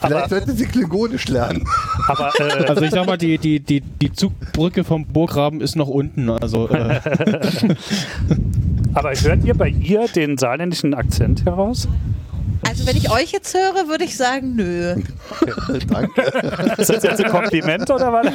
A: Vielleicht sollten sie Klingonisch lernen.
G: Aber äh,
C: also ich sag mal, die, die, die, die Zugbrücke vom Burggraben ist noch unten. Also äh,
G: Aber hört ihr bei ihr den saarländischen Akzent heraus?
B: Also wenn ich euch jetzt höre, würde ich sagen, nö.
A: Danke.
G: Ist das jetzt ein Kompliment oder was?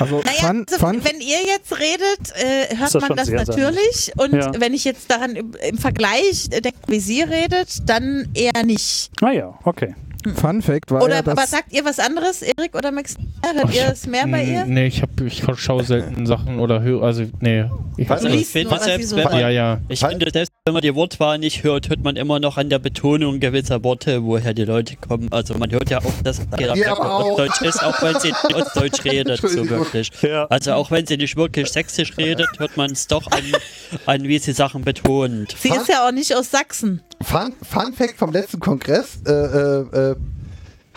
F: Also
B: Naja,
F: Fun,
B: also,
F: Fun,
B: wenn ihr jetzt redet, äh, hört
G: Ist das
B: man
G: schon
B: das
G: sehr
B: natürlich. Und
G: Ja.
B: wenn ich jetzt daran im, im Vergleich äh, denke, wie sie redet, dann eher nicht.
G: Naja, okay.
F: Fun Fact war
B: oder
F: ja,
B: aber
F: dass
B: sagt ihr was anderes, Erik oder Max? Hört ihr es mehr bei ihr?
C: nee, ich, hab, ich schaue selten Sachen oder höre, also nee. Ich
A: Was? Also,
B: Du
C: weiß nicht.
B: liest nur,
D: was
B: was sie
D: selbst
B: so
D: wenn man-
B: sagt.
C: Ja, ja.
D: Ich finde, selbst wenn man die Wortwahl nicht hört, hört man immer noch an der Betonung gewisser Worte, woher die Leute kommen. Also man hört ja auch, dass jeder
A: Ja, aber auch.
D: Ostdeutsch ist, auch wenn sie nicht Ostdeutsch redet, so
A: Entschuldigung.
D: wirklich.
G: Ja.
D: Also auch wenn sie nicht wirklich sächsisch redet, hört man es doch an, an, wie sie Sachen betont.
B: Sie ist ja auch nicht aus Sachsen.
A: Fun, Fun Fact vom letzten Kongress: äh, äh, äh,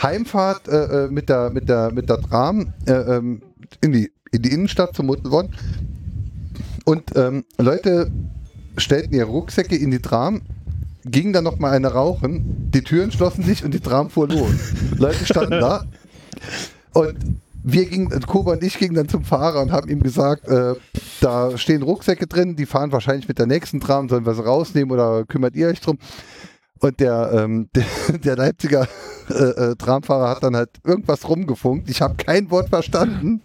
A: Heimfahrt äh, äh, mit der mit der mit der Tram äh, ähm, in die in die Innenstadt zum Muttenborn. Und ähm, Leute stellten ihre Rucksäcke in die Tram, ging dann noch mal eine rauchen, die Türen schlossen sich und die Tram fuhr los. Leute standen da und wir gingen, Koba und ich gingen dann zum Fahrer und haben ihm gesagt, äh, da stehen Rucksäcke drin, die fahren wahrscheinlich mit der nächsten Tram, sollen wir sie rausnehmen oder kümmert ihr euch drum? Und der, ähm, der, der Leipziger äh, äh, Tramfahrer hat dann halt irgendwas rumgefunkt. Ich habe kein Wort verstanden.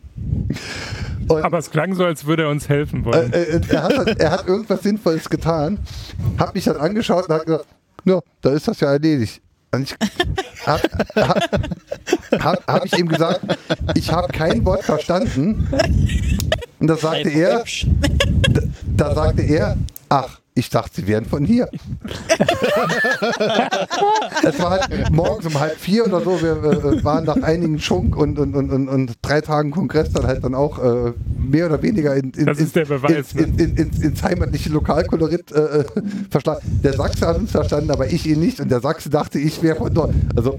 A: Und,
E: Aber es klang so, als würde er uns helfen wollen.
A: äh, äh, er, hat, halt- er hat irgendwas Sinnvolles getan, hat mich dann angeschaut und hat gesagt, ja, da ist das ja erledigt. Und ich habe hab, hab, hab ich ihm gesagt, ich habe kein Wort verstanden. Und da sagte er, da sagte er, ach, Ich dachte, sie wären von hier. es war halt morgens um halb vier oder so. Wir äh, waren nach einigen Schunk und, und, und, und, und drei Tagen Kongress dann halt dann auch äh, mehr oder weniger in, in,
E: Das ist der Beweis, ne?
A: in, in, in, ins- ins heimatliche Lokalkolorit äh, äh, verstanden. Der Sachse hat uns verstanden, aber ich ihn nicht. Und der Sachse dachte, ich wäre von dort. Also,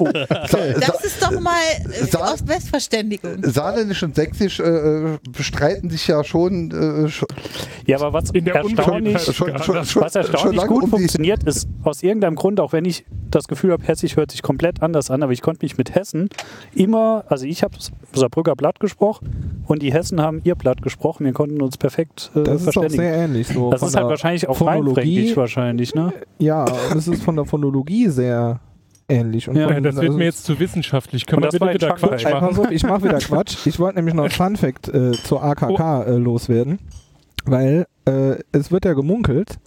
A: oh, Sa- Sa-
B: Das ist doch mal äh,
A: Sa-
B: Ost-West-Verständigung.
A: Saarländisch und Sächsisch äh, äh, streiten sich ja schon, äh, schon,
G: Ja, aber was
E: In der
G: erstaunlich,
E: Unverschämtheit.
A: schon, schon, schon,
G: was erstaunlich
A: lange
G: gut
A: um die-
G: funktioniert, ist aus irgendeinem Grund, auch wenn ich das Gefühl habe, Hessisch hört sich komplett anders an, aber ich konnte mich mit Hessen immer, also ich habe Saarbrücker Blatt gesprochen und die Hessen haben ihr Blatt gesprochen. Wir konnten uns perfekt äh,
F: Das ist auch
G: verständigen.
F: sehr ähnlich. So
G: das
F: von
G: ist halt
F: der
G: wahrscheinlich auch
F: Phonologie-
G: rheinfränkisch wahrscheinlich, ne?
F: Ja, und es ist von der Phonologie sehr ähnlich. Und
G: Ja,
F: von,
E: Ja, Äh, das wird
F: also-
E: mir jetzt zu wissenschaftlich. Können
G: äh, Und
E: wir
G: das
E: bitte
G: war ein
E: wieder Quatsch
G: Schwachpunkt.
F: Ey,
E: machen?
F: pass auf, ich mache wieder Quatsch. Ich wollte nämlich noch ein Funfact äh, zur
G: Oh.
F: AKK äh, loswerden, weil äh, es wird ja gemunkelt,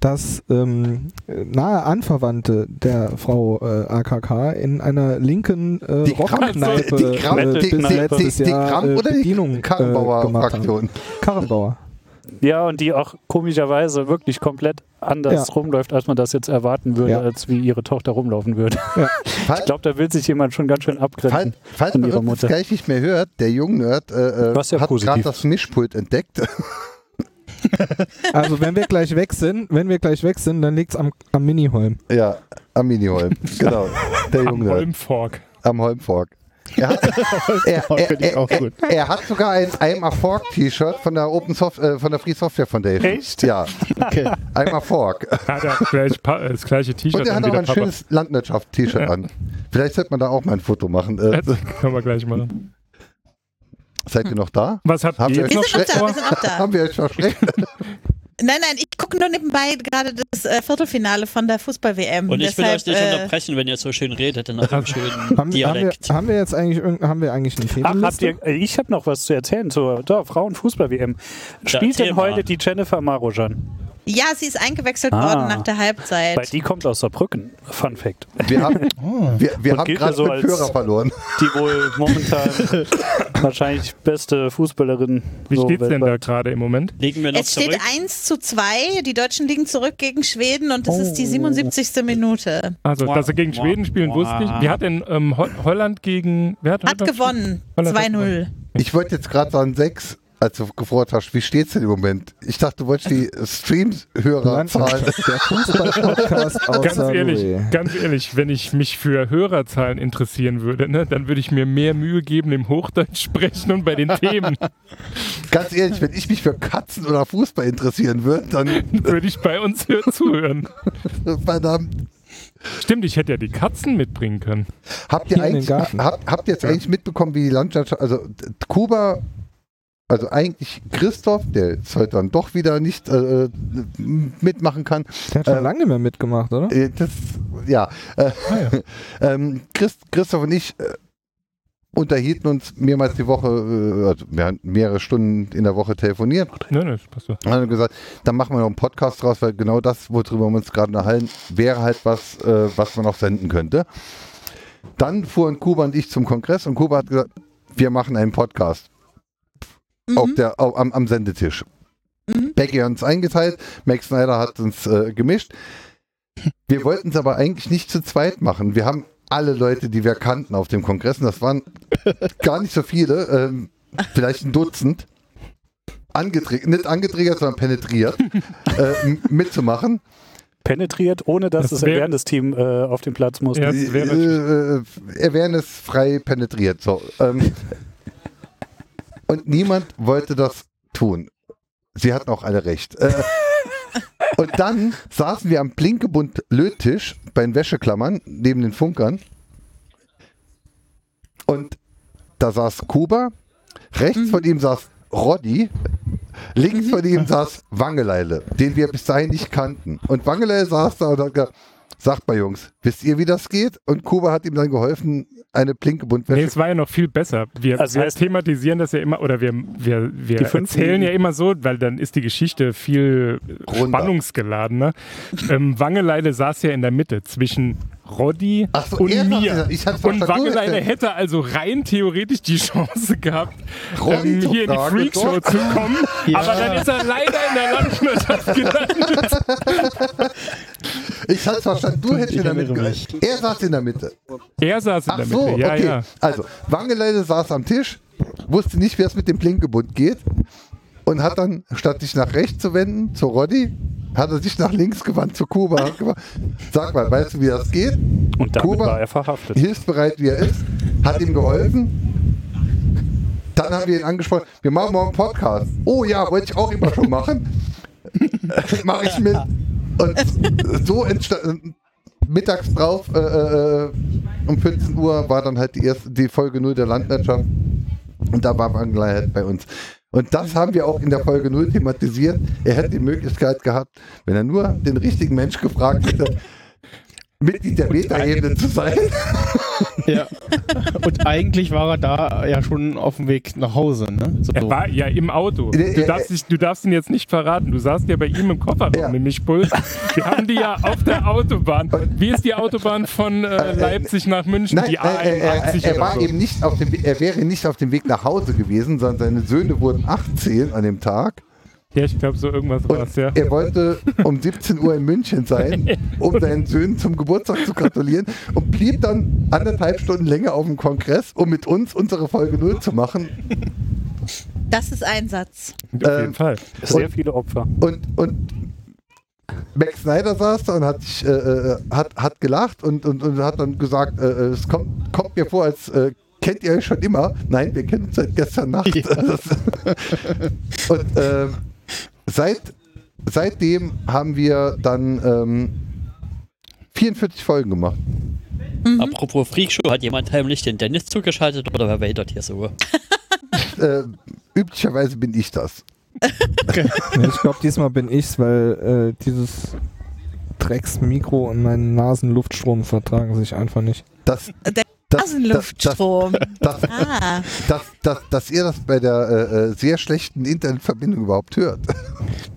F: dass ähm, nahe Anverwandte der Frau äh, AKK in einer linken äh,
A: Die Kramp-
F: Rockkneipe
A: die Kramp-
F: äh,
A: die-
F: bis
A: die-
F: letztes
A: die- die
F: Jahr,
A: Kramp-
F: äh,
A: oder die
F: Bedienung äh,
A: Karrenbauer
F: gemacht haben.
A: Fraktion.
F: Karrenbauer.
G: Ja, und die auch komischerweise wirklich komplett anders
F: Ja.
G: rumläuft, als man das jetzt erwarten würde,
F: Ja.
G: als wie ihre Tochter rumlaufen würde.
A: Falls,
G: Ich glaube, da will sich jemand schon ganz schön
A: falls,
G: abgrenzen.
A: falls
G: von
A: man
G: ihrer
A: uns
G: Mutter.
A: das gleich nicht mehr hört, der Jungnerd äh, äh,
G: Was ja
A: hat
G: positiv
A: gerade das Mischpult entdeckt.
F: Also wenn wir gleich weg sind, wenn wir gleich weg sind, dann liegt's am, am Miniholm.
A: ja, am Miniholm. Genau, der
E: Am
A: Jungnerd.
E: Holmfork.
A: Am Holmfork. Er hat, er, er,
C: Finde ich
A: er,
C: auch
A: er,
C: gut.
A: er hat sogar ein I'm a Fork T-Shirt von der Open Soft, äh, von der Free Software Foundation.
G: Echt?
A: Ja,
C: Okay.
A: I'm a Fork.
E: Hat er gleich pa äh, das gleiche
A: Und
E: T-Shirt
A: er
E: an
A: hat
E: wie
A: auch
E: der
A: ein
E: Papa.
A: schönes Landwirtschaft-T-Shirt an. Vielleicht sollte man da auch mal ein Foto machen. Äh,
E: Das können wir gleich machen.
A: seid ihr noch da?
E: Was habt
A: Haben
E: ihr
A: wir-
E: jetzt
B: Wir
E: noch
B: sind noch da, wir sind
E: vor?
B: noch da.
A: Haben wir euch verschreckt?
B: Nein, nein, ich gucke nur nebenbei gerade das äh, Viertelfinale von der Fußball-WM.
D: Und ich will
B: Deshalb,
D: euch nicht
B: äh,
D: unterbrechen, wenn ihr so schön redet, in einem schönen
F: Haben, haben, wir,
D: Dialekt.
F: haben wir jetzt eigentlich irgend- haben wir eigentlich ein Thema?
G: Ach, habt ihr, äh, ich habe noch was zu erzählen zur zur Frauenfußball-WM. Spielt
D: erzähl
G: denn
D: mal.
G: heute die Jennifer Marojan?
B: Ja, sie ist eingewechselt
G: Ah.
B: worden nach der Halbzeit.
G: Weil die kommt aus Saarbrücken. Fun Fact.
A: Wir haben, wir, wir
G: Und
A: haben
G: gilt
A: gerade
G: so
A: den
G: als-
A: Führer verloren.
G: Die wohl momentan wahrscheinlich beste Fußballerin.
E: Wie steht's denn da
G: weltweit.
E: gerade im Moment?
D: Liegen wir noch
B: Es steht
D: zurück?
B: 1 zu 2. Die Deutschen liegen zurück gegen Schweden und das ist die 77. Minute.
E: Also, dass sie gegen Schweden spielen, wusste ich. Wie hat denn ähm, Ho Holland gegen. Wer hat,
B: Hat
E: Holland-
B: gewonnen.
E: Holland hat
B: 2-0.
A: Ich wollte jetzt gerade sagen, 6, als du gefroren hast. Wie steht's denn im Moment? Ich dachte, du wolltest die Streams-Hörerzahlen.
F: Landwirtschaft, der Fußball-Podcast aus
E: Ganz ehrlich,
F: Saarlouis.
E: ganz ehrlich, wenn ich mich für Hörerzahlen interessieren würde, ne, dann würde ich mir mehr Mühe geben, im Hochdeutsch sprechen und bei den Themen
A: Ganz ehrlich, wenn ich mich für Katzen oder Fußball interessieren würde, dann äh,
E: würde ich bei uns hö- zuhören.
A: verdammt.
E: Stimmt, ich hätte ja die Katzen mitbringen können.
A: Habt ihr
F: Hier in den
A: eigentlich,
F: Garten.
A: habt, habt ihr jetzt eigentlich mitbekommen, wie die Landschaft, also d- Kuba, also eigentlich Christoph, der jetzt heute dann doch wieder nicht äh, m- mitmachen kann,
F: Der hat schon
A: Äh,
F: lange nicht mehr mitgemacht, oder?
A: Äh, Das, ja. Äh,
F: Ah,
A: ähm, Christ, Christoph und ich äh, unterhielten uns mehrmals die Woche, äh, also wir haben mehrere Stunden in der Woche telefoniert
E: Nein, nein, Ne, das passt so.
A: und haben gesagt, dann machen wir noch einen Podcast draus, weil genau das, worüber wir uns gerade unterhalten, wäre halt was, äh, was man noch senden könnte. Dann fuhren Kuba und ich zum Kongress und Kuba hat gesagt, wir machen einen Podcast auf
B: Mhm.
A: der, au- am, am Sendetisch.
B: Mhm.
A: Becky hat uns eingeteilt, Max Snyder hat uns äh, gemischt. Wir wollten es aber eigentlich nicht zu zweit machen. Wir haben alle Leute, die wir kannten auf dem Kongress, und das waren gar nicht so viele, ähm, vielleicht ein Dutzend, angetriggert, nicht angetriggert, sondern penetriert, äh, m- mitzumachen.
G: Penetriert, ohne dass
E: Das
G: das,
E: wär-
G: Awareness-Team äh, auf den Platz musste.
E: Ja, das wäre
A: Äh, äh, Awareness frei penetriert. So, ähm, und niemand wollte das tun. Sie hatten auch alle recht. Äh, und dann saßen wir am Blinkebund Löttisch bei den Wäscheklammern neben den Funkern. Und da saß Kuba, rechts von ihm saß Roddy, links von ihm saß Wangeleile, den wir bis dahin nicht kannten. Und Wangeleile saß da und hat gesagt, Sagt mal, Jungs, wisst ihr, wie das geht? Und Kuba hat ihm dann geholfen, eine plinke
E: Nee,
A: Buntwäsche.
E: es war ja noch viel besser. Wir,
G: Also
E: wir
G: heißt-
E: thematisieren das ja immer, oder wir, wir, wir
G: Die fünf
E: erzählen
G: Minuten.
E: ja immer so, weil dann ist die Geschichte viel
A: Runder.
E: spannungsgeladener. ähm, Wangeleile saß ja in der Mitte zwischen Roddy
A: Ach so,
E: und
A: er saß
E: mir.
A: in der- ich hab's
E: und
A: verstanden.
E: Wangeleile hätte also rein theoretisch die Chance gehabt,
A: Roddy
E: ähm,
A: zu
E: hier in die
A: fragen,
E: Freakshow
A: doch.
E: zu kommen.
C: Ja.
E: Aber dann ist er leider in der Landwirtschaft gelandet.
A: ich hab's verstanden, du hättest
C: Ich
A: in der Mitte
C: erinnere
A: gehört. Er saß in der Mitte.
E: Er saß in
A: Ach
E: der Mitte.
A: so,
E: ja,
A: okay.
E: ja.
A: Also, Wangeleide saß am Tisch, wusste nicht, wie es mit dem Blinkebund geht und hat dann, statt sich nach rechts zu wenden, zu Roddy, hat er sich nach links gewandt, zu Kuba. Hat gewa- Sag mal, weißt du, wie das geht?
G: Und damit
A: Kuba-
G: war er verhaftet.
A: Hilfsbereit, wie er ist, hat ihm geholfen. Dann haben wir ihn angesprochen, wir machen morgen einen Podcast. Oh ja, wollte ich auch immer schon machen. Mache ich mit. Und so entstand mittags drauf, äh, äh, um 14 Uhr war dann halt die erste, die Folge 0 der Landwirtschaft. Und da war Wangler halt bei uns. Und das haben wir auch in der Folge 0 thematisiert. Er hätte die Möglichkeit gehabt, wenn er nur den richtigen Mensch gefragt hätte, Mitglied der Meta-Ebene zu sein.
C: Ja. Und eigentlich war er da ja schon auf dem Weg nach Hause, ne? So.
E: Er war ja im Auto.
A: Nee,
E: Du
A: äh,
E: darfst, dich, du darfst ihn jetzt nicht verraten. Du saßt ja bei ihm im Kofferraum
A: Ja.
E: im Mischpult. Wir haben die ja auf der Autobahn. Wie ist die Autobahn von äh, Leipzig nach München?
A: Nein,
E: die
A: nein, er, er,
E: A81
A: er,
E: oder
A: war
E: so.
A: eben nicht auf dem, er wäre nicht auf dem Weg nach Hause gewesen, sondern seine Söhne wurden 18 an dem Tag.
E: Ja, ich glaube, so irgendwas war
A: Und
E: es, ja.
A: er wollte um 17 Uhr in München sein, um seinen Söhnen zum Geburtstag zu gratulieren und blieb dann anderthalb Stunden länger auf dem Kongress, um mit uns unsere Folge 0 zu machen.
B: Das ist ein Satz.
E: Auf jeden
A: äh,
E: Fall.
G: Sehr viele Opfer.
A: Und, und Max Snyder saß da und hat, sich, äh, äh, hat, hat gelacht und, und, und hat dann gesagt, äh, äh, es kommt, kommt mir vor, als äh, kennt ihr euch schon immer. Nein, wir kennen uns seit gestern Nacht. Das- und ähm, seit, seitdem haben wir dann ähm, 44 Folgen gemacht.
D: Apropos Freakshow, hat jemand heimlich den Dennis zugeschaltet oder wer wedert hier so?
A: Äh, üblicherweise bin ich das.
F: Ich glaube, diesmal bin ich's, weil äh, dieses Drecksmikro und mein Nasenluftstrom vertragen sich einfach nicht.
A: Das, das,
B: Der
A: das, das,
B: Nasenluftstrom.
A: das,
B: Ah,
A: dass, dass, dass ihr das bei der äh, äh, sehr schlechten Internetverbindung überhaupt hört.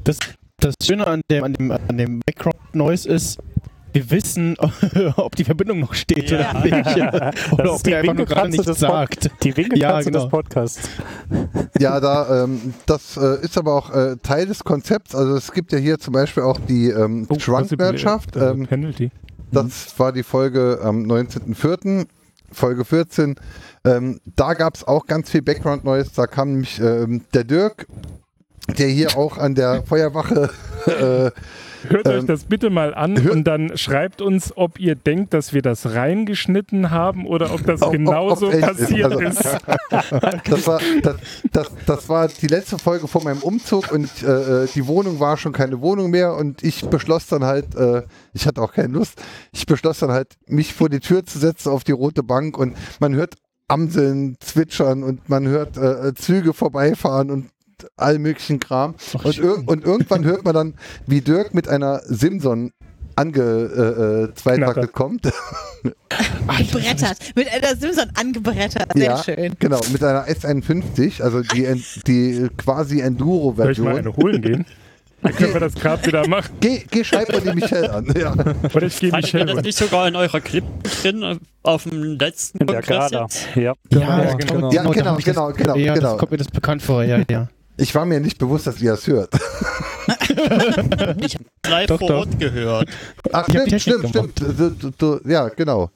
C: Das, das Schöne an dem, an dem, an dem Background-Noise ist, wir wissen, ob die Verbindung noch steht
D: Ja.
C: oder
G: genau.
C: nicht. Oder
G: Das
C: ob
G: ist die
C: der einfach nur gerade
G: Winkelkatze
C: nichts
G: des
C: sagt.
G: Pod- Die Winkelkatze
C: Ja, genau.
G: des Podcasts.
A: Ja, da, ähm, das äh, ist aber auch äh, Teil des Konzepts. Also es gibt ja hier zum Beispiel auch die ähm,
E: Oh,
A: Schrankwirtschaft.
E: das ist, äh,
A: Ähm,
E: Penalty.
A: das war die Folge am 19.04., Folge 14. Ähm, da gab es auch ganz viel Background-Neues. Da kam nämlich ähm, der Dirk, der hier auch an der Feuerwache äh,
E: Hört euch
A: ähm,
E: das bitte mal an
A: hör-
E: und dann schreibt uns, ob ihr denkt, dass wir das reingeschnitten haben oder ob das
A: Ob- ob- ob
E: genauso
A: echt ist.
E: passiert
A: Also-
E: ist.
A: Das war, das, das, das war die letzte Folge vor meinem Umzug und äh, äh, die Wohnung war schon keine Wohnung mehr und ich beschloss dann halt, äh, ich hatte auch keine Lust, ich beschloss dann halt, mich vor die Tür zu setzen auf die rote Bank und man hört Amseln zwitschern und man hört äh, Züge vorbeifahren und all möglichen Kram. Und, ir und irgendwann hört man dann, wie Dirk mit einer Simson ange äh, äh, Zweitakte
E: Knattert.
A: kommt.
B: gebrettert. Mit Edda Simpson angebrettert. Sehr schön.
A: Genau, mit einer S51, also die, en- die quasi
E: Soll ich mal
A: Enduro-Version.
E: eine holen gehen? Dann können wir das gerade wieder machen.
A: Geh, geh schreib mal die Michelle an.
C: Oh,
A: Ja.
E: Oder ich gehe
D: Hattet ihr
E: Michelle
D: das
E: holen.
D: nicht sogar in eurer Clip drin äh, auf dem letzten
G: In der
D: Kongress
G: Grada.
D: jetzt?
G: Ja.
F: Ja, genau.
A: Ja,
C: da
A: genau,
C: hab ich das-
A: genau, genau,
C: Ja,
A: genau.
C: das kommt mir das bekannt vor, ja, ja.
A: Ich war mir nicht bewusst, dass ihr das hört.
D: Ich habe live
C: Doch,
D: vor
C: doch.
D: Ort gehört.
A: Ach,
C: Ich hab die
A: stimmt, stimmt,
C: Technik
A: stimmt. Du, du, du, ja, genau.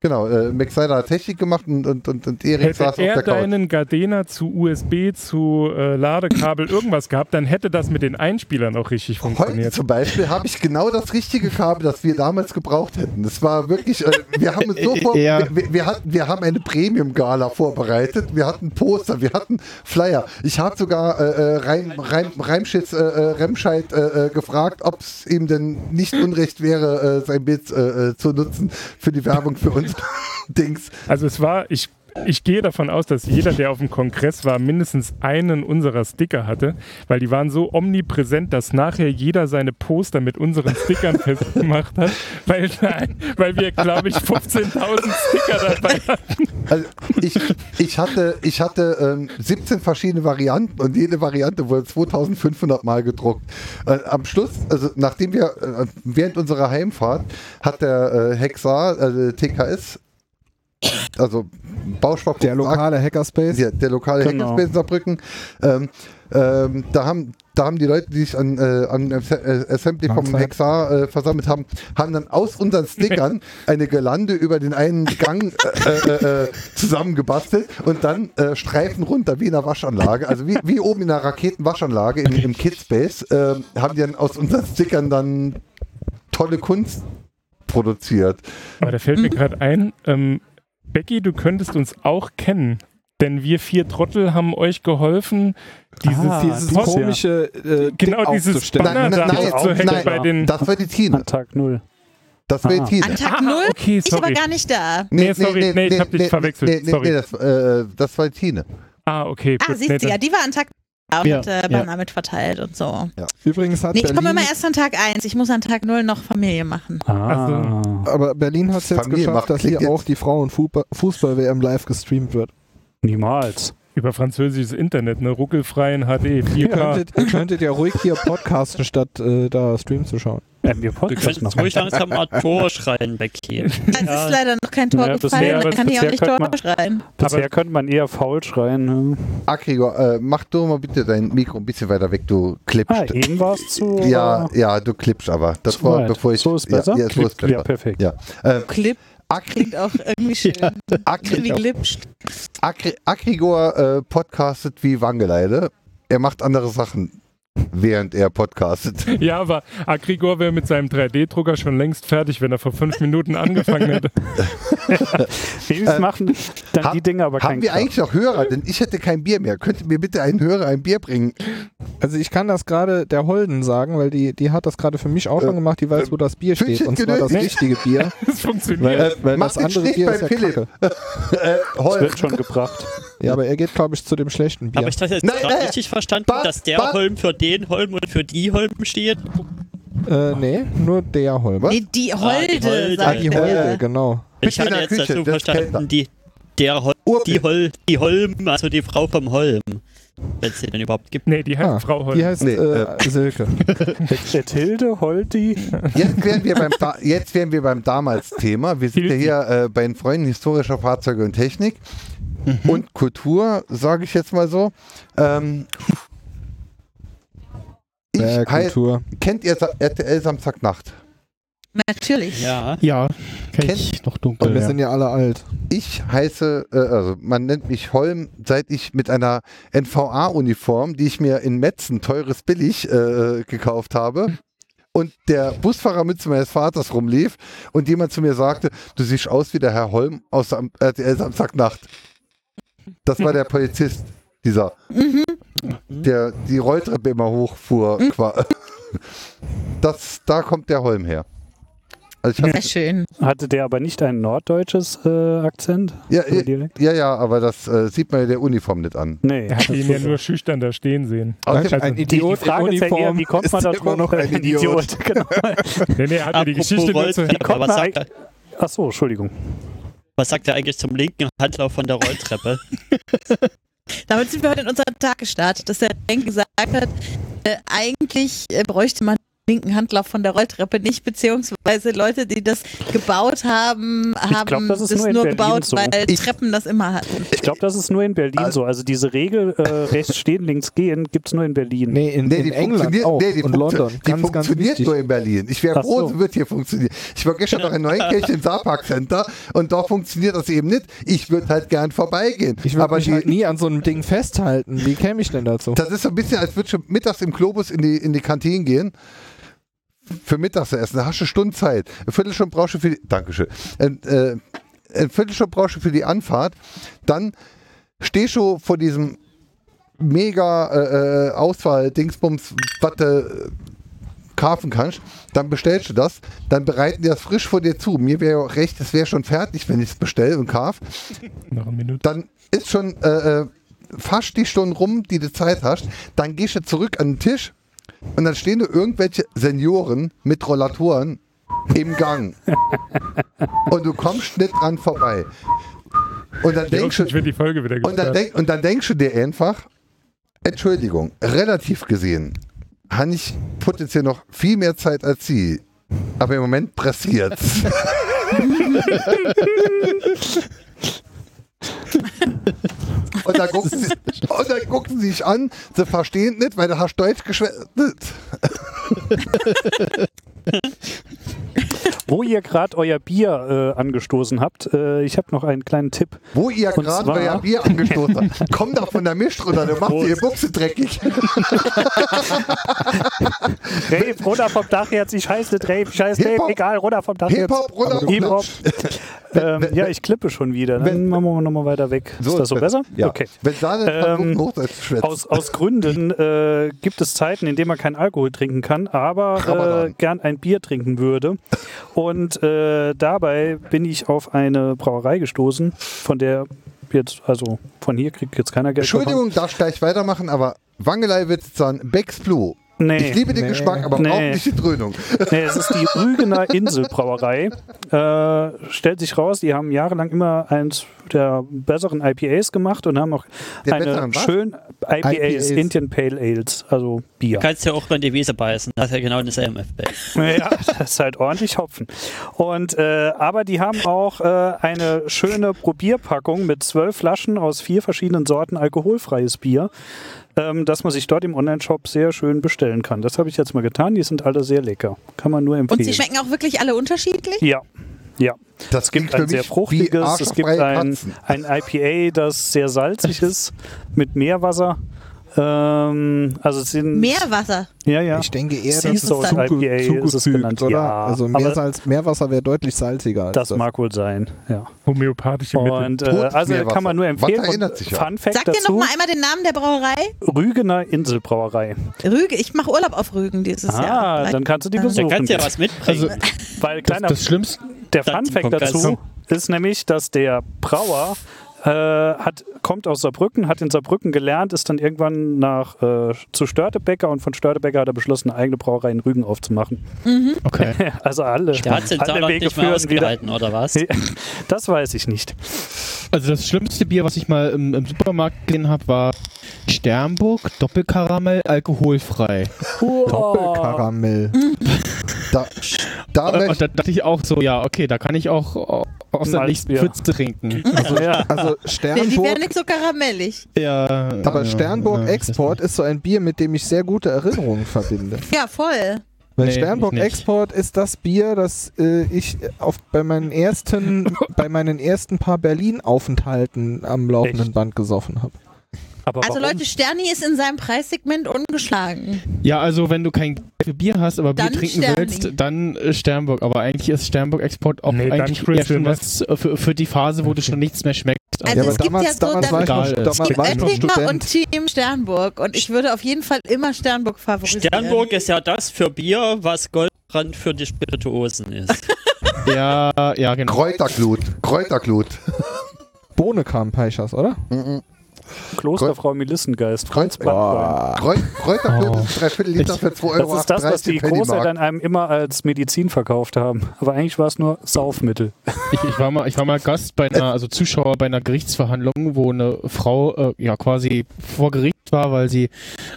A: Genau, äh, Max Seiler hat Technik gemacht und, und, und, und Erik
E: Hätte
A: saß auf
E: er
A: der Couch.
E: deinen Gardena zu USB, zu äh, Ladekabel, irgendwas gehabt, dann hätte das mit den Einspielern auch richtig
A: Heute
E: funktioniert.
A: zum Beispiel habe ich genau das richtige Kabel, das wir damals gebraucht hätten. Das war wirklich, äh, wir haben es so vor,
C: Ja.
A: wir, wir, hatten, wir haben eine Premium-Gala vorbereitet, wir hatten Poster, wir hatten Flyer. Ich habe sogar äh, äh, Reim, Reim, Reimschitz, äh, äh, Remscheid äh, äh, gefragt, ob es ihm denn nicht unrecht wäre, äh, sein Bild äh, äh, zu nutzen für die Werbung für uns Dings.
E: Also es war, ich Ich gehe davon aus, dass jeder, der auf dem Kongress war, mindestens einen unserer Sticker hatte, weil die waren so omnipräsent, dass nachher jeder seine Poster mit unseren Stickern festgemacht hat, weil, nein, weil wir, glaube ich, 15.000 Sticker dabei hatten.
A: Also ich, ich hatte, ich hatte ähm, 17 verschiedene Varianten und jede Variante wurde 2500 Mal gedruckt. Äh, am Schluss, also nachdem wir, äh, während unserer Heimfahrt, hat der äh, Hexar, also TKS, also Bausparkurs
F: Der lokale Hackerspace.
A: der, der lokale
G: Genau.
A: Hackerspace in Saarbrücken. Ähm, ähm, da, haben, da haben die Leute, die sich an, äh, an As- äh, Assembly vom
F: Mahlzeit.
A: Hexar äh, versammelt haben, haben dann aus unseren Stickern eine Gelande über den einen Gang äh, äh, äh, zusammengebastelt und dann äh, Streifen runter wie in einer Waschanlage, also wie, wie oben in einer Raketenwaschanlage im, im Kidspace, äh, haben die dann aus unseren Stickern dann tolle Kunst produziert.
E: Aber da
B: Mhm.
E: fällt mir gerade ein, ähm, Becky, du könntest uns auch kennen, denn wir vier Trottel haben euch geholfen, dieses,
G: Ah,
F: Dieses
E: Post-
G: Post-
F: komische äh,
E: genau dieses
F: aufzustellen.
E: Banner
A: Nein,
E: da
A: nein, nein,
E: aufzuhängen
A: nein.
E: bei den...
A: Das war die Tine.
G: An Tag null.
A: Das war die
G: Mhm. Ah.
A: Tine.
B: An Tag null?
E: okay,
B: Ich war
E: sorry.
B: gar nicht da.
E: Nee, sorry, nee, ich hab dich verwechselt,
A: Nee, nee,
E: sorry.
A: nee, das, äh, das war Tine.
E: Ah, okay.
B: Ah,
E: gut,
B: siehst du,
E: nee,
B: ja, die war an Tag da und
G: Ja,
B: hat äh,
G: ja.
B: Banner mit verteilt und so.
F: Übrigens hat
B: Nee, ich komme
F: Berlin,
B: immer erst an Tag 1. Ich muss an Tag 0 noch Familie machen.
G: Ah.
F: aber Berlin hat es jetzt
A: Familie
F: geschafft,
A: macht
F: dass hier
A: Klick
F: auch die Frauen-Fußball-WM live gestreamt wird.
G: Niemals.
E: Über französisches Internet, ne? Ruckelfrei in HD,
F: Ihr
E: 4K.
F: könntet, ihr könntet ja ruhig hier podcasten, statt äh, da Stream zu schauen.
G: Ähm, wir
D: Du
G: Podcast
D: könntest
G: machen.
D: ruhig langsam mal Tor schreien, Becky.
B: Es ist leider noch kein Tor
G: Ja, das
B: gefallen,
G: wäre-
B: da kann ich auch
G: bisher
B: nicht
G: könnte
B: Tor
G: man-
B: schreien.
G: Bisher
E: Aber-
G: könnte man eher faul schreien. ne?
A: Akrior, äh, mach doch mal bitte dein Mikro ein bisschen weiter weg, du
G: Ah,
A: klippst.
G: eben war es zu.
A: ja, ja, du klippst aber. Das
G: zu
A: war
G: weit.
A: bevor ich.
G: So ist besser?
A: Ja, ja, so ist
G: ja
A: besser.
G: perfekt.
A: Ja. Äh,
B: Clip
A: Akri,
B: klingt auch irgendwie schön.
A: Akri,
B: Irgendwie glitscht.
A: Akri, Akrigor äh, podcastet wie Wangeleide. Er macht andere Sachen, während er podcastet.
E: Ja, aber Agrigor wäre mit seinem 3D-Drucker schon längst fertig, wenn er vor fünf Minuten angefangen hätte.
G: Babys
A: Äh,
G: machen dann
A: hab-
G: die Dinge aber kein
A: Haben wir eigentlich noch Hörer? Denn ich hätte kein Bier mehr. Könnt ihr mir bitte einen Hörer ein Bier bringen?
F: Also ich kann das gerade der Holden sagen, weil die, die hat das gerade für mich auch
A: Äh,
F: schon gemacht, die weiß, wo das Bier steht.
A: Füchchen
F: Und zwar das
A: genügt.
F: richtige Bier.
E: Das funktioniert.
F: Weil, weil
A: mach
F: das
A: Äh, den
F: andere
A: Stich
F: Bier
A: bei
F: ist ja
A: Philipp.
F: kacke.
A: Äh,
G: Das
A: Holm.
G: wird schon gebracht.
F: Ja, aber er geht, glaube ich, zu dem schlechten Bier.
D: Aber ich habe jetzt
A: Nein,
D: gerade
A: nein.
D: richtig verstanden,
A: Bart,
D: dass der
A: Bart.
D: Holm für den Holm und für die Holm steht.
F: äh, nee, nur der Holm.
A: Was?
B: Nee, die Holde,
D: Holde.
B: sagt
F: Ah,
G: Äh,
F: die
B: er.
F: Holde, genau.
D: Ich
A: Bitte in
D: hatte
A: der
D: jetzt
A: Küche,
D: dazu
A: das kennt
D: verstanden,
A: er.
D: die, der Hol,
A: Urbild.
D: die, Hol, die Holm, also die Frau vom Holm. Wenn es sie denn überhaupt gibt.
E: Nee, die heißt
F: Ah,
E: Frau Holm.
F: Die heißt
A: Nee,
F: äh, Silke.
G: Der Tilde, Holdi.
A: Jetzt wären wir beim, da jetzt wären wir beim damals Thema. Wir sind ja hier äh, bei den Freunden historischer Fahrzeuge und Technik
F: Mhm.
A: und Kultur, sage ich jetzt mal so. Ähm, ich
F: Äh,
A: heiß,
F: Kultur.
A: kennt ihr Sa- RTL Samstagnacht?
B: Natürlich.
D: Ja.
C: Ja, kenn
A: Kennt-
C: ich noch
F: Und
C: dunkel.
F: wir
C: ja.
F: sind ja alle alt.
A: Ich heiße, äh, also man nennt mich Holm, seit ich mit einer NVA-Uniform, die ich mir in Metzen teures Billig äh, gekauft habe, und der Busfahrer mit zu meines Vaters rumlief und jemand zu mir sagte, du siehst aus wie der Herr Holm aus Sam RTL Samstagnacht. Das war der Polizist, dieser, der die Rolltreppe immer hochfuhr. qua- Das, da kommt der Holm her. Also ich hab,
B: Sehr schön.
G: Hatte der aber nicht ein norddeutsches äh, Akzent?
A: ja,
G: So
A: ja,
G: direkt?
A: ja, ja, aber das äh, sieht man ja der Uniform nicht an.
G: Nee.
E: Er hat ihn ja nur schüchtern da stehen sehen.
F: halt
A: Außerdem-
E: Also,
G: Die, die Frage ist ja eher, wie kommt man da
F: ist immer
G: drauf?
F: noch ein Idiot.
G: genau.
E: nee, nee, er hat ja die
D: Apropos
E: Geschichte nur zu
D: Rolltreppe,
G: kommt
D: was
G: man
D: sagt, er,
G: Achso, Entschuldigung.
D: was sagt er eigentlich zum linken Handlauf von der Rolltreppe?
B: Damit sind wir heute in unseren Tag gestartet, dass der Denk gesagt hat, äh, eigentlich äh, bräuchte man den linken Handlauf von der Rolltreppe nicht, beziehungsweise Leute, die das gebaut haben, haben
G: glaub, das ist nur
B: nur,
G: in Berlin
B: gebaut,
G: so.
B: weil
A: Ich-
B: Treppen das immer hatten.
G: Ich glaube, das ist nur in Berlin so. Also diese Regel, äh, rechts stehen, links gehen, gibt es nur in Berlin.
F: Nee, in,
A: Nee,
F: in
A: die
F: England
A: funktioniert,
F: auch.
A: nee, die
F: und
A: funktio-
F: London.
A: Die
F: ganz, ganz
A: funktioniert
F: wichtig.
A: nur in Berlin. Ich wäre
G: Ach
A: froh,
G: so.
A: sie wird hier funktionieren. Ich war gestern noch in Neunkirchen im Saarpark Center und dort funktioniert das eben nicht. Ich würde halt gern vorbeigehen.
F: Ich würde
A: Aber
F: mich
A: die,
F: halt nie an so einem Ding festhalten. Wie käme ich denn dazu?
A: das ist so ein bisschen, als würdest du mittags im Globus in die, in die Kantine gehen. Für Mittagessen. Da hast du Stunden Zeit. Eine Viertelstunde brauchst du für die. Dankeschön. Ein, äh, eine Viertelstunde brauchst du für die Anfahrt. Dann stehst du vor diesem mega äh, äh, Auswahl-Dingsbums, was du kaufen kannst, dann bestellst du das, dann bereiten die das frisch vor dir zu. Mir wäre ja auch recht, es wäre schon fertig, wenn ich es bestelle und kauf.
E: Nach einer Minute.
A: Dann ist schon äh, äh, fast die Stunde rum, die du Zeit hast. Dann gehst du zurück an den Tisch und dann stehen da irgendwelche Senioren mit Rollatoren im Gang. und du kommst nicht dran vorbei. Und dann denkst du,
E: Ich wird die Folge wieder
A: und dann, denk, und dann denkst du dir einfach, Entschuldigung, relativ gesehen, habe ich potenziell noch viel mehr Zeit als sie. Aber im Moment pressiert's. und, dann gucken sie, und dann gucken sie dich an, sie verstehen nicht, weil du hast Deutsch geschwätzt.
G: Wo ihr gerade euer Bier äh, angestoßen habt, äh, ich habe noch einen kleinen Tipp.
A: Wo ihr
G: Und
A: gerade
G: zwar-
A: euer Bier angestoßen habt. Komm doch von der Mist runter, du machst dir die Buchse dreckig.
G: Dave, runter vom Dach jetzt, ich scheiß nicht Dave, ich scheiß Dave,
A: Hip-Hop.
G: egal, runter vom Dach jetzt.
A: Hip-Hop, runter vom
G: Hip-Hop. ähm, ja, ich klippe schon wieder, dann
A: wenn-
G: machen wir nochmal weiter weg. ist das so besser?
A: Ja.
G: Okay.
A: Wenn da nicht versucht,
G: Ähm,
A: Hochdeutsch zu schwätzen.
G: Aus, aus Gründen äh, gibt es Zeiten, in denen man keinen Alkohol trinken kann, aber äh,
A: Ramadan.
G: gern ein Bier trinken würde. Und äh, dabei bin ich auf eine Brauerei gestoßen, von der jetzt, also von hier kriegt jetzt keiner Geld.
A: Entschuldigung, darf ich gleich weitermachen, aber Wangelei wird jetzt sagen, Becks Blue.
G: davon. Nee.
A: Ich liebe den
F: Nee.
A: Geschmack, aber
G: Nee.
A: auch nicht die Dröhnung.
G: Nee, es ist die Rügener Inselbrauerei. Äh, stellt sich raus, die haben jahrelang immer eins der besseren IPAs gemacht und haben auch
A: Der
G: eine
A: besseren was?
G: schön IPAs,
F: IPAs.
G: Indian Pale Ales, also Bier.
D: Du kannst ja auch an die Wiese beißen. Das ist ja genau dasselbe.
G: Ja, das ist halt ordentlich Hopfen. Und äh, aber die haben auch äh, eine schöne Probierpackung mit zwölf Flaschen aus vier verschiedenen Sorten alkoholfreies Bier, ähm, das man sich dort im Onlineshop sehr schön bestellen kann. Das habe ich jetzt mal getan. Die sind alle sehr lecker. Kann man nur empfehlen.
B: Und sie schmecken auch wirklich alle unterschiedlich?
G: Ja, ja.
A: Das
G: Es gibt
A: klingt
G: ein
A: für
G: sehr
A: mich wie
G: fruchtiges, es gibt
A: arschfreie
G: ein,
A: Katzen.
G: ein IPA, das sehr salzig ist, mit Meerwasser. Ähm, also es sind
B: Meerwasser.
G: Ja, ja.
F: Ich denke eher,
G: Sea
F: dass es
G: Salt IPA ist es
F: zuge zugefügt,
G: genannt,
F: oder?
G: ja.
F: also
G: Aber-
F: Meersalz, Meerwasser wäre deutlich salziger. Als
G: Das mag wohl sein, ja.
E: Homöopathische Mittel.
G: Und äh,
A: Totes
G: also
A: Meerwasser.
G: kann man nur empfehlen.
A: Was erinnert sich
G: und
A: ja?
G: Fun Fact
B: Sag dir
G: dazu:
B: nochmal einmal den Namen der Brauerei.
G: Rügener Inselbrauerei.
B: Rügen. Ich mache Urlaub auf Rügen dieses Jahr.
G: Ah, dann kannst du die
B: Ja.
D: Da
G: besuchen.
D: kannst du ja was mitbringen.
C: Also,
G: Weil
C: Das,
G: kleiner
C: das Schlimmste,
G: Der
D: Dann
G: Fun Fact
D: zum Kongress.
G: dazu ist nämlich, dass der Brauer äh, hat, kommt aus Saarbrücken, hat in Saarbrücken gelernt, ist dann irgendwann nach, äh, zu Störtebecker und von Störtebecker hat er beschlossen, eine eigene Brauerei in Rügen aufzumachen.
C: okay.
G: Also alle,
D: der hat den
G: alle
D: Saarland
G: Wege
D: nicht mehr
G: führen wieder.
D: ausgehalten, oder was?
G: Das weiß ich nicht.
C: Also das schlimmste Bier, was ich mal im, im Supermarkt gesehen habe, war Sternburg Doppelkaramell alkoholfrei.
F: Doppelkaramell.
A: Da, da
C: Und, und
A: möchte
C: da dachte ich auch so, ja, okay, da kann ich auch au- aus der nächsten
G: Malzbier.
C: Pfütze trinken.
G: Ja.
F: Also
B: Die, die
F: Sternburg,
B: werden nicht so karamellig.
C: ja, ja,
F: aber Sternburg
C: ja,
F: Export ist so ein Bier, mit dem ich sehr gute Erinnerungen verbinde.
B: Ja, voll.
F: Weil
C: Nee,
F: Sternburg
C: ich nicht.
F: Export ist das Bier, das äh, ich auf, bei, meinen ersten, bei meinen ersten paar Berlin-Aufenthalten am laufenden
G: Echt?
F: Band gesoffen habe.
G: Aber
B: Also
G: warum?
B: Leute, Sterni ist in seinem Preissegment ungeschlagen.
C: Ja, also wenn du kein Geld für Bier hast, aber
B: Dann
C: Bier trinken
B: Sterni.
C: willst, dann äh, Sternburg. Aber eigentlich ist Sternburg Export auch
E: Nee, dann
C: eigentlich
E: Crystal
C: eher schon
E: Meth.
C: was äh, für, für die Phase, wo du schon nichts mehr schmeckst.
B: Also
F: ja,
B: es
F: aber
B: gibt
F: damals,
B: ja so
F: damals
B: dann-
F: war ich noch,
C: Egal, es
F: damals
C: gibt
F: war ich noch
B: Oettinger und
F: Student.
B: Team Sternburg. Und ich würde auf jeden Fall immer Sternburg favorisieren.
D: Sternburg ist ja das für Bier, was Goldrand für die Spirituosen ist.
C: Ja, ja, genau.
A: Kräuterglut, Kräuterglut.
F: Bohne kam Peichers, oder?
G: Klosterfrau Melissengeist.
A: Kreuz, Ah.
G: Brandt-
A: Kräut, Kräuterglut
C: Oh.
A: ist 3 Liter
C: Ich-
A: für 2,38 Euro.
G: Das ist das, was die Großeltern einem immer als Medizin verkauft haben. Aber eigentlich war es nur Saufmittel.
C: Ich, ich, war mal, ich war mal Gast bei einer, also Zuschauer bei einer Gerichtsverhandlung, wo eine Frau äh, ja quasi vor Gericht war, weil sie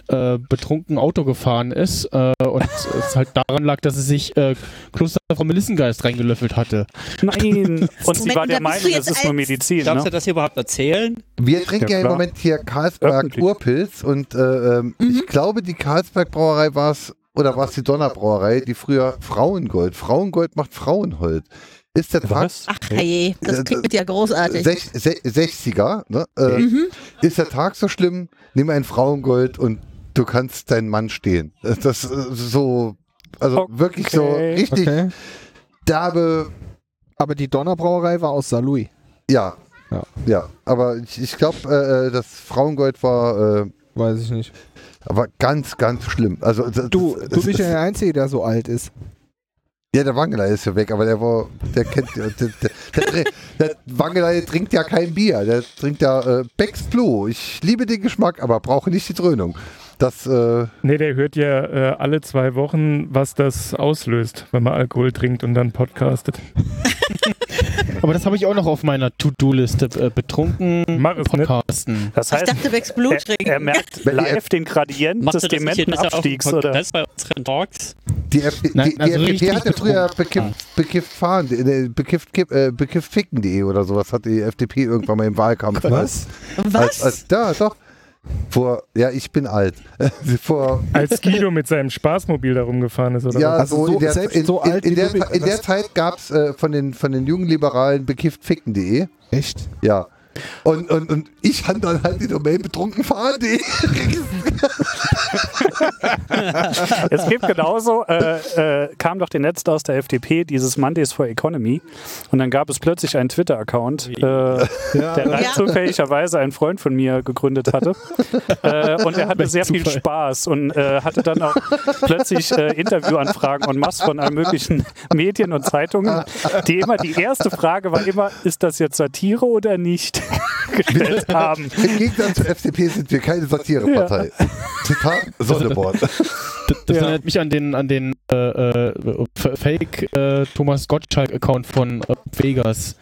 C: äh, betrunken Auto gefahren ist äh, und es halt daran lag, dass sie sich äh, Kloster vom Melissengeist reingelöffelt hatte.
G: Nein! Und sie
B: Moment,
G: war der
B: da bist du
G: Meinung, es
B: jetzt
G: ist nur
B: als-
G: Medizin.
A: genau.
D: Darfst du
G: Ne?
D: das hier überhaupt erzählen?
A: Wir trinken ja,
G: Ja,
A: im
G: klar.
A: Moment hier Karlsberg
G: Öffentlich. Mhm.
A: Urpilz und äh, ähm, ich glaube, die Karlsberg Brauerei war es, oder war es die Donnerbrauerei, die früher Frauengold. Frauengold macht Frauenhold. Ist der Tag
G: Was?
B: Ach je,
F: Äh,
B: das klingt ja großartig.
A: Sech, se, 60er, ne? Äh, Ist der Tag so schlimm? Nimm ein Frauengold und du kannst deinen Mann stehen. Das ist so, also
G: Okay.
A: wirklich so richtig
F: Okay.
A: derbe,
F: Aber die Donnerbrauerei war aus Saarlouis.
A: ja.
F: Ja.
A: Ja, aber ich, ich glaube, äh, das Frauengold war äh,
F: Weiß ich nicht.
A: Aber ganz, ganz schlimm. Also, das-
F: Du,
A: das-
F: du
A: das-
F: bist ja der Einzige, der so alt ist.
A: Ja, der Wangelei ist ja weg, aber der war, der kennt, der, der, der, der Wangelei trinkt ja kein Bier, der trinkt ja äh, Becks Blue. Ich liebe den Geschmack, aber brauche nicht die Dröhnung. Das, äh,
E: Nee, der hört ja äh, alle zwei Wochen, was das auslöst, wenn man Alkohol trinkt und dann podcastet.
C: Aber das habe ich auch noch auf meiner To-Do-Liste. Äh, betrunken
E: Mach es nicht.
C: Podcasten.
G: Das
B: ich
G: heißt, Äh,
B: dachte, wächst Blut
G: er, er
B: trinken.
G: merkt live den Gradient
D: Macht
G: des
D: ihr das nicht jetzt auch auf dem
G: Dementenabstiegs, oder?
D: Kongress bei unseren Talks?
A: die, F die,
C: Nein,
A: die
C: also
A: FDP
C: richtig Ah.
A: hatte früher
C: betrunken.
A: bekifft, bekifft fahren, äh, bekifft, kipp- äh, bekifft ficken.de oder sowas hat die FDP irgendwann mal im Wahlkampf.
F: Was?
A: Als,
B: Was?
A: als, da, doch. Vor, ja, ich bin alt. Vor,
E: Als Guido mit seinem Spaßmobil da rumgefahren ist, oder
A: ja,
E: was?
F: Also
A: so
F: so-
A: in der,
F: selbst
A: in,
F: so
A: in,
F: alt
A: in
F: wie
A: der,
F: du bist, Also
A: in der
F: das-
A: Zeit gab es äh, von, den, von den jungen Liberalen bekiffficken.de.
F: Echt?
A: Ja. Und, und, und ich habe dann halt die Domain betrunken fahren. Die
G: Es gibt genauso, äh, äh, kam doch der Netz aus der FDP, dieses Mondays for Economy. Und dann gab es plötzlich einen Twitter-Account, äh, der dann
B: Ja.
G: zufälligerweise ein Freund von mir gegründet hatte. äh, und er hatte sehr viel
C: Zufall.
G: Spaß und äh, hatte dann auch plötzlich äh, Interviewanfragen und Mass von allen möglichen Medien und Zeitungen. Die immer, die erste Frage war immer, ist das jetzt Satire oder nicht? gestellt haben.
A: Im Gegensatz zur FDP sind wir keine Satirepartei. Zitat Sonneborn.
C: Das, das
G: Ja.
C: erinnert mich an den, an den äh, äh, F- Fake äh, Thomas Gottschalk-Account von äh, Vegas.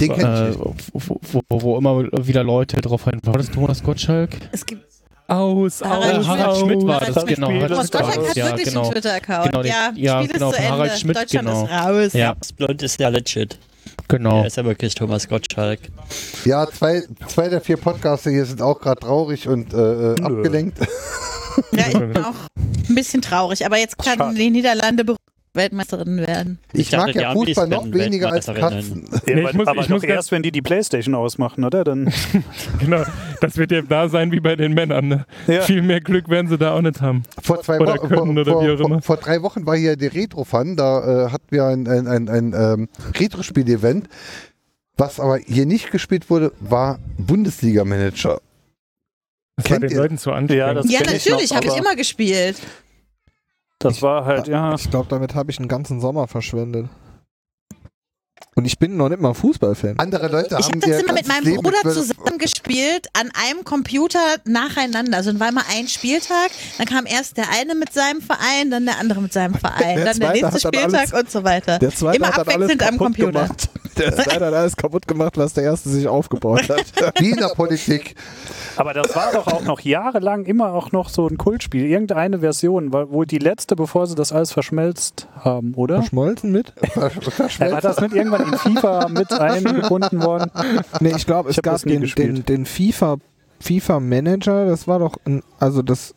A: Den kenn ich
C: äh,
A: nicht.
C: wo, wo, wo immer wieder Leute drauf hin. War das Thomas Gottschalk?
B: Es gibt
E: Aus,
B: Harald
E: aus,
B: Schmidt.
C: Harald Schmidt war
B: Harald
C: das,
G: Schmidt.
C: genau.
B: Thomas
G: Thomas
B: Gottschalk hat
G: Ja,
B: wirklich
C: genau.
B: einen Twitter-Account.
C: Genau, den-
B: ja,
C: ja,
B: Spiel
C: genau,
B: ist zu
C: von
B: Ende.
C: Harald Schmidt,
B: Deutschland
C: genau.
B: ist raus.
C: Ja,
D: Das Blond ist ja legit.
C: genau.
D: Er ist ja wirklich Thomas Gottschalk.
A: Ja, zwei, zwei der vier Podcaster hier sind auch gerade traurig und äh, äh, abgelenkt.
B: Ja, ich bin auch ein bisschen traurig, aber jetzt kann
G: Schade.
B: die Niederlande berühmte Weltmeisterin werden.
A: Ich,
D: Ich
A: mag
D: dachte, die
A: ja
D: Amis
A: Fußball noch
D: werden
A: weniger als
D: Weltmeisterinnen.
A: Katzen.
E: Nee, ich muss-
G: aber
E: ich
G: doch
E: muss ganz-
G: erst, wenn die die Playstation ausmachen, oder? Dann
E: Genau, das wird ja da sein wie bei den Männern. Ne?
G: Ja.
E: Viel mehr Glück werden sie da auch nicht haben.
A: Vor zwei
E: Oder
A: Wochen,
E: können
A: vor,
E: oder wie auch
A: vor, vor,
E: immer.
A: vor drei Wochen war hier der Retro-Fun, da äh, hatten wir ein, ein, ein, ein ähm, Retro-Spiel-Event. Was aber hier nicht gespielt wurde, war Bundesliga-Manager.
E: Das war
A: Kennt
E: den
A: ihr-
E: Leuten zu anstrengend.
G: Ja, das-
B: Ja,
G: kenn ich noch,
B: natürlich, habe ich
G: aber-
B: immer gespielt.
G: das war halt, ja.
F: Ich glaube, damit habe ich einen ganzen Sommer verschwendet. Und ich bin noch nicht mal Fußballfan.
B: Also,
A: Andere Leute
B: Ich
A: haben
B: habe das
A: ihr
B: immer mit
A: ganzes
B: meinem
A: Leben
B: Bruder
A: mit-
B: zusammen gespielt, an einem Computer nacheinander. Also dann war immer ein Spieltag, dann kam erst der eine mit seinem Verein, dann der andere mit seinem Verein, dann
F: Der
B: der
F: Zweite
B: nächste
F: hat dann
B: Spieltag und so weiter.
F: Der zweite
B: immer
F: hat dann
B: abwechselnd
F: alles
B: am
F: kaputt
B: Computer.
F: Gemacht. Der zweite hat alles kaputt gemacht, was der erste sich aufgebaut hat.
A: Wie in der Politik.
G: Aber das war doch auch noch jahrelang immer auch noch so ein Kultspiel. Irgendeine Version, war wohl die letzte, bevor sie das alles verschmelzt haben, oder?
F: Verschmolzen mit?
G: Äh, war das nicht irgendwann in FIFA mit eingebunden worden?
F: Nee, ich glaube,
G: Ich
F: es
G: hab
F: gab
G: das nie
F: den,
G: gespielt.
F: den, den FIFA, FIFA Manager, das war doch ein, also das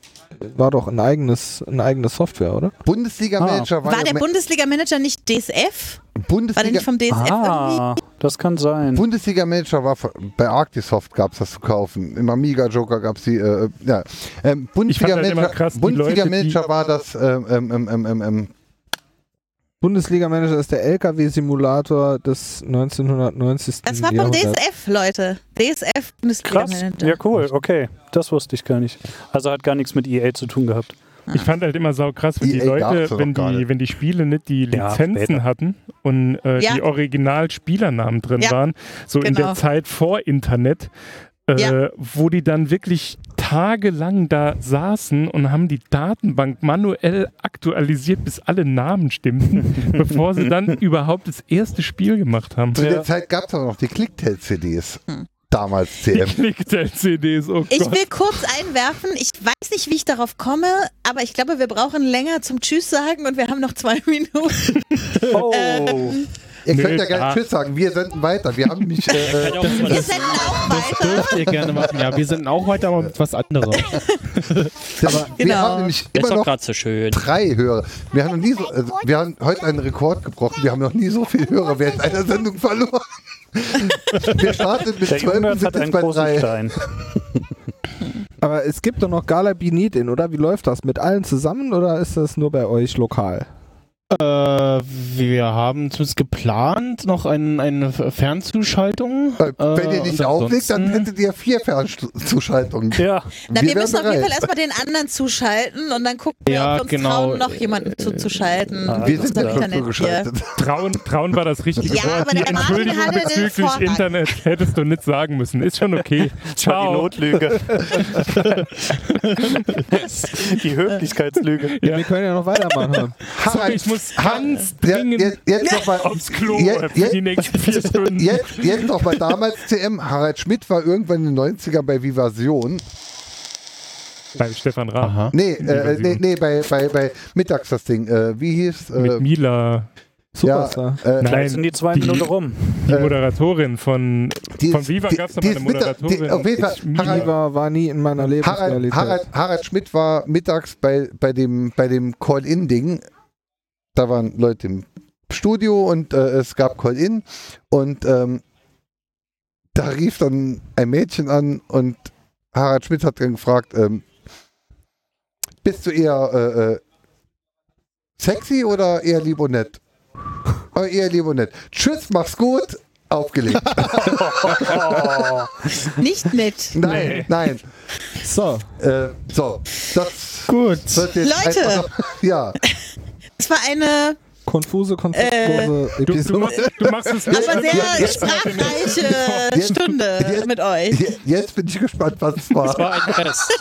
F: war doch ein eigenes, eine eigene Software, oder?
A: Bundesliga-Manager
E: Ah.
A: war,
B: War
A: ja
B: der
A: Ma-
B: Bundesliga Manager nicht DSF? War der
A: Bundesliga
B: nicht vom DSF irgendwie?
G: Ah, das kann
E: Hm.
G: sein.
A: Bundesliga-Manager war ver- bei Arctisoft gab es das zu kaufen. Im Amiga Joker gab es die. Äh, ja. ähm,
E: fand halt immer
A: Bundesliga-Manager
E: krass, die
A: Bundesliga-Manager
E: Leute, die-
A: war das. Ähm, ähm, ähm, ähm, ähm, ähm,
F: Bundesliga Manager ist der LKW-Simulator des 1990.
B: Das war vom
F: Jahrhunderts.
B: DSF, Leute. DSF Bundesliga
G: Krass.
B: Manager.
G: Ja, cool. Okay. Das wusste ich gar nicht. Also hat gar nichts mit EA zu tun gehabt.
E: Ich fand halt immer sau krass, wenn die
A: EA äh, gab's
E: Leute,
A: doch
E: wenn
A: gar
E: die,
A: nicht.
E: wenn die Spiele nicht die
G: Ja,
E: Lizenzen
G: später.
E: hatten und äh,
B: Ja.
E: die Originalspielernamen drin
B: Ja,
E: waren, so in
B: genau.
E: der Zeit vor Internet, äh,
B: Ja.
E: wo die dann wirklich tagelang da saßen und haben die Datenbank manuell aktualisiert, bis alle Namen stimmten, bevor sie dann überhaupt das erste Spiel gemacht haben.
A: Zu
G: Ja.
A: der Zeit gab es auch noch die Clicktail-CDs.
E: Hm.
A: Damals CM.
E: Clicktail-CDs, oh
B: Ich
E: Gott.
B: will kurz einwerfen, ich weiß nicht, wie ich darauf komme, aber ich glaube, wir brauchen länger zum Tschüss sagen und wir haben noch zwei Minuten.
G: Oh.
B: Ähm,
A: Ihr
E: Nö,
A: könnt ja
E: ah.
A: gerne Tschüss sagen. Wir senden weiter. Wir haben nämlich. Äh, äh,
D: Kann ja auch
B: Wir
D: mal das-
B: senden auch
C: Das
B: weiter.
C: dürft ihr gerne machen. Ja, wir sind auch heute aber mit was anderem.
A: aber Wir
B: Genau.
A: haben nämlich
D: Der ist
A: immer
D: doch
A: noch
D: gerade so schön.
A: drei Hörer. Wir haben noch nie so. Also, wir haben heute einen Rekord gebrochen. Wir haben noch nie so viele Hörer während einer Sendung verloren. Wir starten mit
G: Der
A: 12 und
G: Jonas
A: sind
G: hat
A: jetzt
G: einen
A: bei
G: großen
A: 3.
G: Stein.
F: Aber es gibt doch noch Gala Binit in, oder? Wie läuft das? Mit allen zusammen oder ist das nur bei euch lokal?
C: Äh, wir haben zumindest geplant noch ein, eine Fernzuschaltung.
A: Weil, Wenn
C: Äh,
A: ihr nicht
C: und
A: auflegt, dann
C: ansonsten-
A: hättet ihr vier Fernzuschaltungen.
G: Ja,
B: Na, wir, müssen auf jeden Fall
A: bereit.
B: erstmal den anderen zuschalten und dann gucken wir,
C: Ja,
B: ob wir uns
C: genau.
B: trauen, noch jemanden zuzuschalten.
G: Wir
B: auf
A: Wir sind
B: unserem
A: ja schon
B: Internet hier.
A: zugeschaltet.
E: Trauen, trauen war das richtige
B: Ja, aber
E: Wort. Die
B: der Martin
E: Entschuldigung
B: hatte den
E: bezüglich
B: Vorrang.
E: Internet hättest du nicht sagen müssen. Ist schon okay.
G: das war die
E: Ciao.
G: Notlüge. die Höflichkeitslüge.
E: Ja.
F: Wir können ja noch weitermachen.
E: Sorry,
A: Harald,
E: ich muss
A: Harald,
E: ganz
A: ja,
E: dringend
A: jetzt, jetzt noch mal,
E: aufs Klo
A: Jetzt-
E: für die nächsten vier Stunden.
A: Jetzt, jetzt noch mal damals CM. Harald Schmidt war irgendwann in den 90ern bei Vivasion.
E: Bei Stefan Rahm.
C: Aha.
A: Nee, äh,
E: Vivasion.
A: nee, nee bei, bei, bei Mittags das Ding. Äh, wie hieß
E: Mit
B: Ähm,
A: äh,
E: Mila,
F: Superstar.
A: Ja, äh,
G: Gleich sind die zwei
E: die-
G: Minuten rum.
E: die
A: äh,
E: Moderatorin von,
A: die
E: von
A: ist-
E: Viva
A: die-
E: gab es noch
A: die
E: mal eine
A: ist Mittag- die-
E: Moderatorin.
A: auf jeden Fall,
E: Ich- Mila.
A: Harald-
F: Die war, war nie in meiner
A: Harald,
F: Lebensrealität.
A: Harald, Harald Schmidt war mittags bei, bei dem, bei dem Call-In-Ding. Da waren Leute im Studio und äh, es gab Call-In. Und ähm, da rief dann ein Mädchen an und Harald Schmidt hat dann gefragt, ähm, bist du eher äh, äh, sexy oder eher lieb und nett? Äh, eher lieb und nett. Tschüss, mach's gut. Aufgelegt.
B: Nicht nett.
A: nein, nein.
F: So,
A: Äh, so, das
C: Gut.
A: sollte jetzt
B: Leute!
A: einfach- ja.
B: Es war eine
F: konfuse,
B: Äh,
F: konzeptlose
E: Du, du,
F: Episode.
E: machst, du machst es
B: aber
E: nicht.
B: sehr
A: jetzt-
B: sprachreiche
A: jetzt-
B: Stunde
A: jetzt-
B: mit euch.
A: Je- Jetzt bin ich gespannt, was es war.
D: war ein Rest.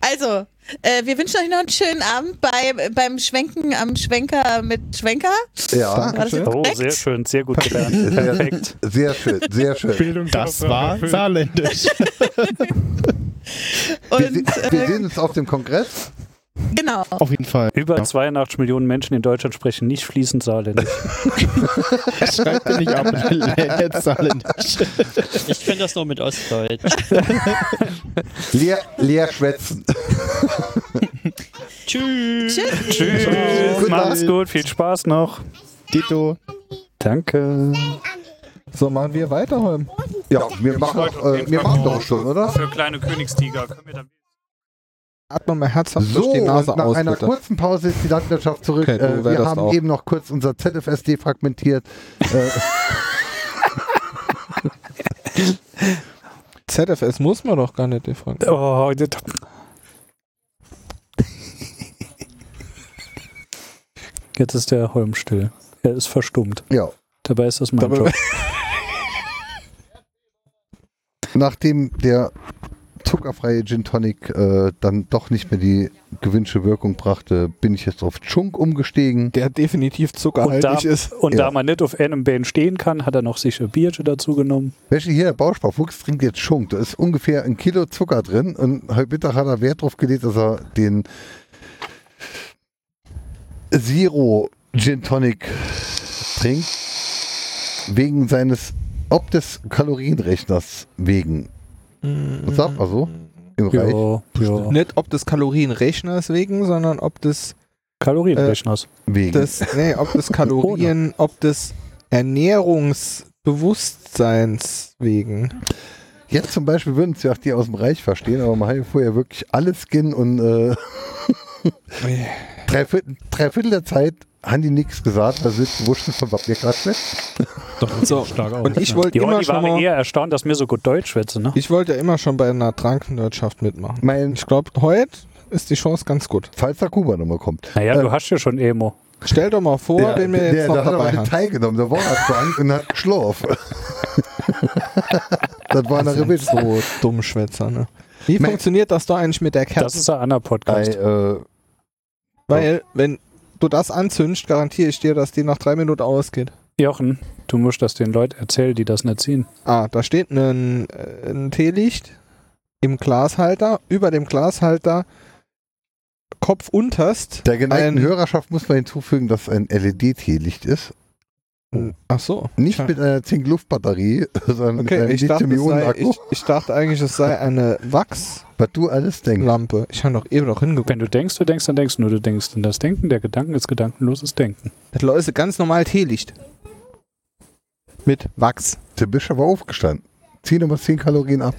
B: Also, äh, wir wünschen euch noch einen schönen Abend bei, beim Schwenken am Schwenker mit Schwenker.
A: Ja,
B: War das jetzt
G: Oh,
B: korrekt?
G: sehr schön, sehr gut gelernt. Perfekt.
A: sehr schön, sehr schön.
C: Das war saarländisch.
A: Oh, Wir,
B: Und
A: se- wir sehen uns auf dem Kongress.
B: genau.
C: Auf jeden Fall.
G: Über 82 Millionen Menschen in Deutschland sprechen nicht fließend Saarländisch.
C: Schreibt dir nicht ab. Jetzt saarländisch.
D: Ich finde das nur mit Ostdeutsch.
A: Leer, leer schwätzen.
D: Tschüss.
B: Tschüss.
G: Tschüss,
A: Gute
G: macht's
A: Nacht.
G: gut, viel Spaß noch.
C: Dito.
G: Danke.
F: So, machen wir weiter, Holm.
A: Ja, wir machen, doch, äh, wir machen doch schon, oder?
H: Für kleine Königstiger können wir dann.
F: Atme mal herzhaft
A: So,
F: durch die
A: und
F: Nase
A: nach
F: aus,
A: einer
F: bitte.
A: kurzen Pause ist die Landwirtschaft zurück.
F: Okay, du
A: äh, wir
F: wärst
A: haben
F: auch.
A: eben noch kurz unser ZFS defragmentiert. äh,
F: ZFS muss man doch gar nicht, die Frage.
G: Oh, das- Jetzt ist der Holm still. Er ist verstummt.
A: ja.
G: Dabei ist das mein
F: Dabei-
G: Job.
A: Nachdem der zuckerfreie Gin Tonic äh, dann doch nicht mehr die gewünschte Wirkung brachte, bin ich jetzt auf Chunk umgestiegen.
F: Der definitiv zuckerhaltig ist.
G: Und
A: Ja.
G: da man nicht auf einem Bane stehen kann, hat er noch sich ein Bierchen dazu genommen.
A: Welche hier, der Bausparfuchs, trinkt jetzt Schunk. Da ist ungefähr ein Kilo Zucker drin und heute Mittag hat er Wert drauf gelegt, dass er den Zero Gin Tonic trinkt. Wegen seines, ob des Kalorienrechners wegen. Was sagt man so? Im Reich.
G: Mhm. Ja, ja.
F: Nicht ob des Kalorienrechners wegen, sondern ob des,
G: Kalorienrechners.
A: Wegen.
F: des nee, ob des
G: Oh,
F: Kalorien, ob des Ernährungsbewusstseins wegen.
A: Jetzt zum Beispiel würden es ja auch die aus dem Reich verstehen, aber man hat ja vorher wirklich alles Skin und äh, drei, Viertel, drei Viertel der Zeit haben die nichts gesagt, also weil sie nicht gewusst haben, von was wir gerade sprechen.
F: So, und ich wollte
G: Die
F: Äh, immer
G: Olli
F: schon
G: waren
F: mal,
G: eher erstaunt, dass mir so gut Deutsch schwätze, ne?
F: ich wollte ja immer schon bei einer Trankenwirtschaft mitmachen.
A: Mein
F: Ich glaube, heute ist die Chance ganz gut.
A: falls der Kuba nochmal kommt.
G: Naja, du hast ja schon Emo.
F: Stell doch mal vor, wenn wir
A: der,
F: jetzt
A: der,
F: noch
A: der hat
F: dabei
A: aber
F: haben.
A: nicht teilgenommen, der war krank und hat geschlafen. das war
F: Also,
A: eine Revision.
F: So Dummschwätzer, ne? Wie
A: Mein-
F: funktioniert das da eigentlich mit der Kerze?
G: Das ist ein anderer
A: Ei,
G: Podcast.
A: äh,
F: Weil, wenn du das anzündest, garantiere ich dir, dass die nach drei Minuten ausgeht.
G: Jochen, du musst das den Leuten erzählen, die das nicht sehen.
F: Ah, da steht ein, äh, ein Teelicht im Glashalter. Über dem Glashalter Kopf unterst.
A: der geneigten
F: Ein-
A: Hörerschaft muss man hinzufügen, dass ein LED-Teelicht ist.
F: Ach so.
A: Nicht mit einer Zink-Luft-Batterie, sondern mit einem
F: Okay, ich dachte, es sei,
A: Lithium-Ionen-Akku.
F: ich, ich dachte eigentlich, es sei eine Wachslampe.
A: Was du alles denkst.
F: Ich habe doch eben noch hingeguckt.
G: Wenn du denkst, du denkst, dann denkst du nur, du denkst. Und das Denken der Gedanken ist gedankenloses Denken.
F: Das ist ganz normal Teelicht. Mit Wachs.
A: Der Bischof war aufgestanden. Zieh nochmal 10 Kalorien ab.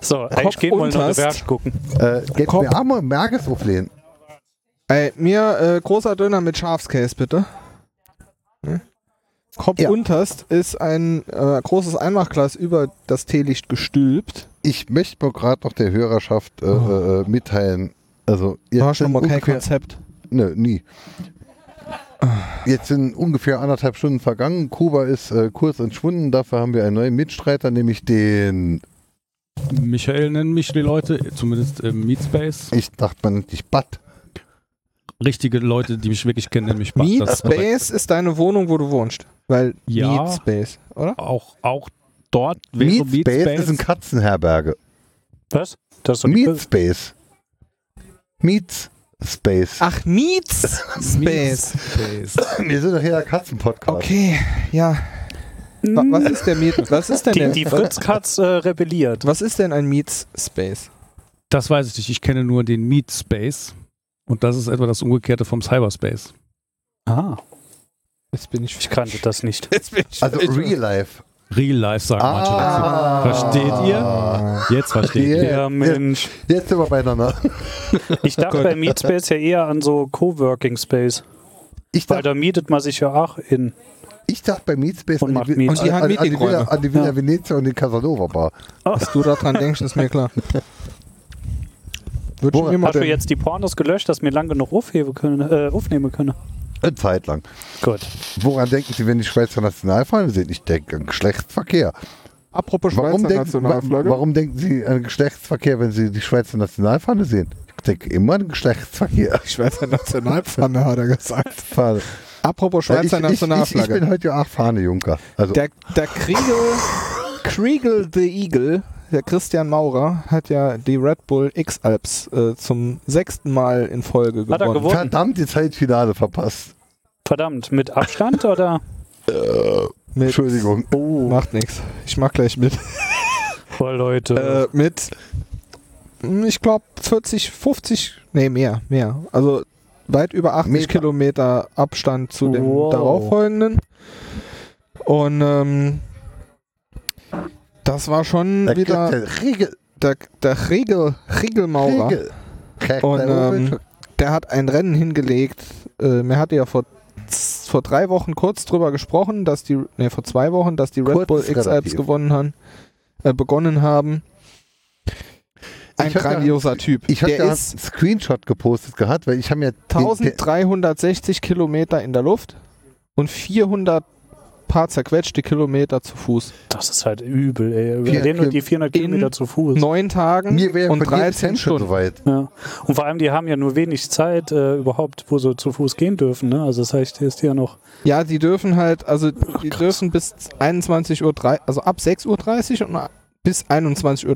G: So, ich gehe mal nach
F: unterst.
G: der Werft gucken.
A: Äh, geht
F: Kopf.
A: mir arme Mergesproblem.
F: Ey, mir äh, großer Döner mit Schafskäse, bitte. Ne? Kopf
A: Ja.
F: unterst ist ein äh, großes Einmachglas über das Teelicht gestülpt.
A: Ich möchte mir gerade noch der Hörerschaft äh, äh, mitteilen. Also, jetzt
F: Oh. Du hast schon
A: sind
F: mal kein
A: ungefähr-
F: Konzept.
A: Nö, Ne, nie. Jetzt sind ungefähr anderthalb Stunden vergangen. Kuba ist äh, kurz entschwunden. Dafür haben wir einen neuen Mitstreiter, nämlich den.
I: Michael nennen mich die Leute, zumindest im Meatspace.
A: Ich dachte, man nennt dich Bad.
I: Richtige Leute, die mich wirklich kennen, nennen mich Bart.
F: Meat
I: Das ist korrekt.
F: Space ist deine Wohnung, wo du wohnst. Weil
I: Ja.
F: Meat Space, oder?
I: Auch, auch dort wäre
A: Meat
I: Meatspace.
A: Space ist eine Katzenherberge.
G: Was? Das ist doch die
A: Meat Space. Meat Space.
F: Ach, Meat Space.
I: Meatspace.
A: Wir sind doch hier der Katzenpodcast.
F: Okay, ja. Wa was ist der Meat? Was ist denn
G: Mm. Die,
F: der,
G: die Fritzkatz äh, rebelliert.
F: Was ist denn ein Meat Space?
I: Das weiß ich nicht. Ich kenne nur den Meatspace. Und das ist etwa das Umgekehrte vom Cyberspace.
G: Ah,
F: Jetzt bin ich.
G: ich kannte das nicht.
F: Jetzt bin ich
A: Also Real Life.
I: Real Life, sagen manche dazu. Versteht ihr? Jetzt versteht
A: Ja.
I: ihr.
G: Ja, Mensch.
A: Jetzt sind wir beieinander.
G: Ich dachte bei Meatspace ja eher an so Coworking Space.
A: Ich
G: Weil
A: dachte,
G: da mietet man sich ja auch in.
A: ich dachte bei Meat Space
G: Und
A: an
G: macht
A: die, Vi-
G: Meat.
A: an,
F: Und die
A: an,
F: haben
A: an, die Villa,
F: Meetingräume.
A: an die Villa
G: Ja.
A: Venezia und den Casanova Bar.
F: Dass du daran denkst, ist mir klar. Wird
A: Boah,
F: schon jemand
G: Hast du
F: denn-
G: jetzt die Pornos gelöscht, dass wir lang genug aufheben können, äh, aufnehmen können?
A: Eine Zeit lang.
G: Gut.
A: Woran denken Sie, wenn die Schweizer Nationalfahne sehen? Ich denke an Geschlechtsverkehr.
F: Apropos
A: Warum,
F: Schweizer
A: denken- wa
F: Nationalflagge.
A: warum denken Sie an Geschlechtsverkehr, wenn Sie die Schweizer Nationalfahne sehen? Ich denke immer an Geschlechtsverkehr.
F: Schweizer Nationalfahne hat er gesagt.
A: Fahne.
F: Apropos
A: Äh, ich,
F: Schweizer
A: ich, ich, ich
F: Nationalflagge.
A: bin heute ja auch Fahne, Junker. Also,
F: der, der Kriegel, Kriegel the Eagle, der Christian Maurer, hat ja die Red Bull X-Alps äh, zum sechsten Mal in Folge
G: Hat er
F: gewonnen.
G: gewonnen?
A: verdammt, jetzt habe ich Finale verpasst.
G: Verdammt, mit Abstand oder?
F: Mit,
A: Entschuldigung.
G: Oh,
F: Macht nichts. Ich mach gleich mit.
G: voll Oh, Leute.
F: Äh, mit, hm, ich glaube, 40, 50, nee, mehr, mehr. Also weit über 80
A: Meter.
F: Kilometer Abstand zu dem
G: Wow.
F: darauffolgenden. Und ähm, das war schon
A: Da
F: wieder
A: gibt's ja Regel,
F: der, der Riegel, Riegelmaurer.
A: Regel. Äh,
F: Und ähm, der hat ein Rennen hingelegt. Äh, mir hatte ja vor, z- vor drei Wochen kurz drüber gesprochen, dass die, nee, vor zwei Wochen, dass die Red
A: Kurz
F: Bull
A: ist
F: X-Alps
A: relativ.
F: gewonnen haben, äh, begonnen haben. Ein
A: Ich hab ja-
F: grandioser Typ.
A: ich habe
F: der
A: ja einen
F: ist
A: Screenshot gepostet gehabt, weil ich habe mir den- den-
F: 1360 Kilometer in der Luft und 400 paar zerquetschte Kilometer zu Fuß.
G: Das ist halt übel, ey. Über
A: Vier
G: den und
A: Kil-
G: die 400
F: in-
G: Kilometer zu Fuß.
F: Neun Tagen
A: mir wäre
F: und
A: von jedem
F: 13
A: Cent schon
F: Stunden.
A: soweit.
G: Ja. Und vor allem, die haben ja nur wenig Zeit äh, überhaupt, wo sie zu Fuß gehen dürfen. Ne? Also das heißt, hier ist ja noch
F: Ja, die dürfen halt, also die dürfen bis 21 Uhr, drei- also ab 6.30 Uhr und a- bis 21.30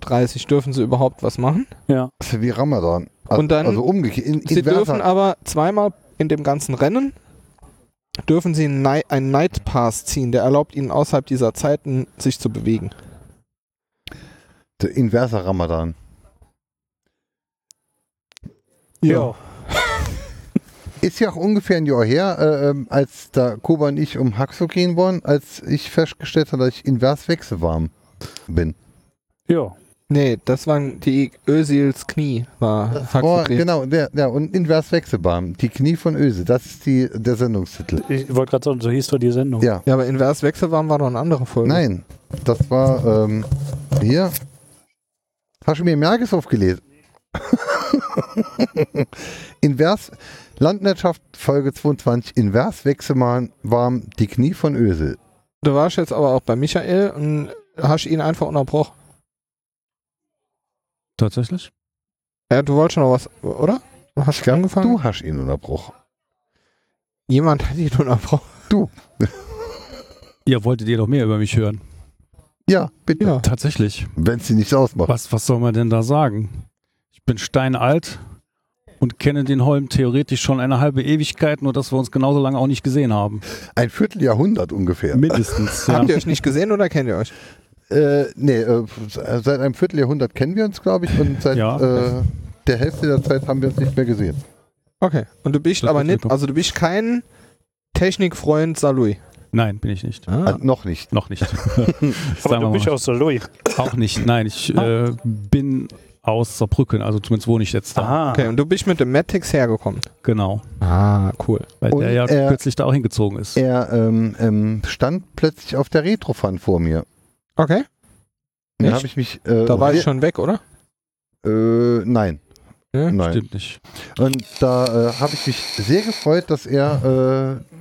F: Uhr dürfen sie überhaupt was machen.
A: Das ist wie Ramadan. Also,
F: Und dann-
A: also umgekehrt. In,
F: Sie
A: inverser.
F: dürfen aber zweimal in dem ganzen Rennen, dürfen sie einen, Ni- einen Night Pass ziehen, der erlaubt ihnen außerhalb dieser Zeiten sich zu bewegen.
A: Der also inverser Ramadan.
G: Ja.
A: Ist ja auch ungefähr ein Jahr her, äh, ähm, als da Kuba und ich um Haxo gehen wollen, als ich festgestellt habe, dass ich invers wechselwarm bin.
G: Ja.
F: Nee, das waren die Ösils Knie, war
A: Oh,
F: Haxukret.
A: genau, der, der, und invers wechselwarm. Die Knie von Öse, das ist die, der Sendungstitel.
G: Ich wollte gerade sagen, so hieß doch die Sendung.
A: Ja.
F: Ja, aber Invers Wechselwarm war noch eine andere Folge.
A: Nein, das war ähm, hier. Hast du mir Merkes aufgelesen? Invers Landwirtschaft Folge 22 Invers Wechselmann warm die Knie von Ösel.
F: Du warst jetzt aber auch bei Michael und hast ihn einfach unterbrochen.
I: Tatsächlich?
F: Ja, du wolltest schon noch was, oder? Hast du angefangen?
A: Du hast ihn unterbrochen.
F: Jemand hat ihn unterbrochen.
I: Ihr wolltet ihr doch mehr über mich hören.
A: Ja, bitte.
F: Ja.
I: Tatsächlich.
A: Wenn sie nichts ausmacht.
I: Was, was soll man denn da sagen? Ich bin steinalt und kenne den Holm theoretisch schon eine halbe Ewigkeit, nur dass wir uns genauso lange auch nicht gesehen haben.
A: Ein Vierteljahrhundert ungefähr.
I: Mindestens. Ja.
F: Habt ihr euch nicht gesehen oder kennt ihr euch?
A: Äh, nee, äh, seit einem Vierteljahrhundert kennen wir uns, glaube ich, und seit
I: Ja.
A: äh, der Hälfte der Zeit haben wir uns nicht mehr gesehen.
F: Okay. Und du bist
I: Das
F: aber
I: ist
F: nicht,
I: super.
F: also du bist kein Technikfreund Salui.
I: Nein, bin ich nicht.
A: Ah, noch nicht.
I: Noch nicht.
G: Aber du
I: Sagen wir
G: bist Ah.
I: mal.
G: aus der Louis.
I: Auch nicht. Nein, ich äh, bin aus Saarbrücken, also zumindest wohne ich jetzt da.
G: Aha.
F: Okay, und du bist mit dem Matix hergekommen.
I: Genau.
F: Ah, cool.
I: Weil
A: Und
I: der ja
A: er-
I: kürzlich da auch hingezogen ist.
A: Er ähm, ähm, stand plötzlich auf der Retrofan vor mir.
F: Okay,
A: Dann
F: Echt?
A: habe ich mich. Äh,
F: da war
A: re-
F: ich schon weg, oder?
A: Äh, nein.
F: Ja,
A: nein.
I: Stimmt nicht.
A: Und da äh, habe ich mich sehr gefreut, dass er äh,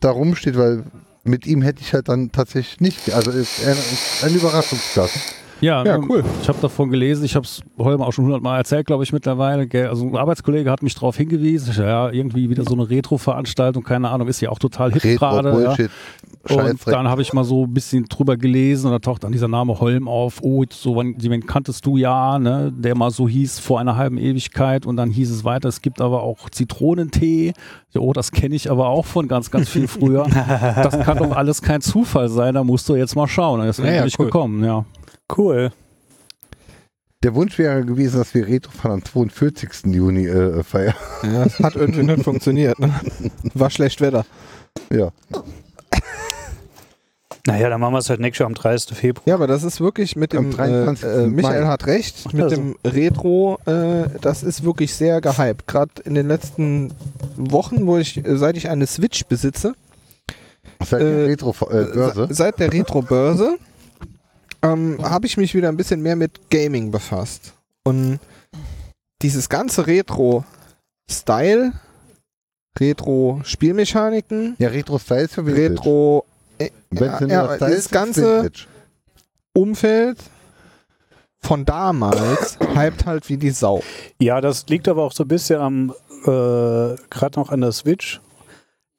A: da rumsteht, weil mit ihm hätte ich halt dann tatsächlich nicht. Also ist er ist ein Überraschungsgast.
I: Ja,
F: Ja,
I: ähm,
F: cool.
I: Ich habe davon gelesen, ich habe es Holm auch schon hundertmal erzählt, glaube ich, mittlerweile. Gell? Also ein Arbeitskollege hat mich darauf hingewiesen. Ich, Ja, irgendwie wieder so eine Retro-Veranstaltung, keine Ahnung, ist ja auch total hip
A: Retro,
I: gerade. Ja.
A: Bullshit,
I: Und
A: Scheißdreck.
I: dann habe ich mal so ein bisschen drüber gelesen und da taucht dann dieser Name Holm auf. Oh, so wann, den kanntest du ja, ne? der mal so hieß vor einer halben Ewigkeit. Und dann hieß es weiter, es gibt aber auch Zitronentee. Ja, Oh, das kenne ich aber auch von ganz, ganz viel früher. das kann doch alles kein Zufall sein, da musst du jetzt mal schauen. Und Deswegen
F: Ja, ja,
I: bin ich
F: cool.
I: gekommen, ja.
G: Cool.
A: Der Wunsch wäre gewesen, dass wir Retrofan am 42. Juni äh, feiern.
F: Ja, das hat irgendwie nicht funktioniert. Ne? War schlecht Wetter.
A: Ja.
G: Naja, dann machen wir es halt nächstes Jahr am 30. Februar.
F: Ja, aber das ist wirklich mit
A: Am
F: dem, äh,
A: 23.
F: äh, Michael
A: Mai.
F: hat recht, mit
G: also.
F: dem Retro, äh, das ist wirklich sehr gehypt. Gerade in den letzten Wochen, wo ich, äh, seit ich eine Switch besitze,
A: Seit
F: Äh,
A: der Retro-Börse.
F: se- seit der Retro-Börse, ähm, habe ich mich wieder ein bisschen mehr mit Gaming befasst. Und dieses ganze Retro-Style, Retro-Spielmechaniken,
A: ja, Retro-Style ist für Vintage.
F: Retro
A: Wenn es
F: ja,
A: nur
F: ja,
A: das Style
F: dieses
A: ist, ist
F: ganze-
A: Vintage.
F: Umfeld von damals hypt halt wie die Sau.
G: Ja, das liegt aber auch so ein bisschen am, äh, gerade noch an der Switch,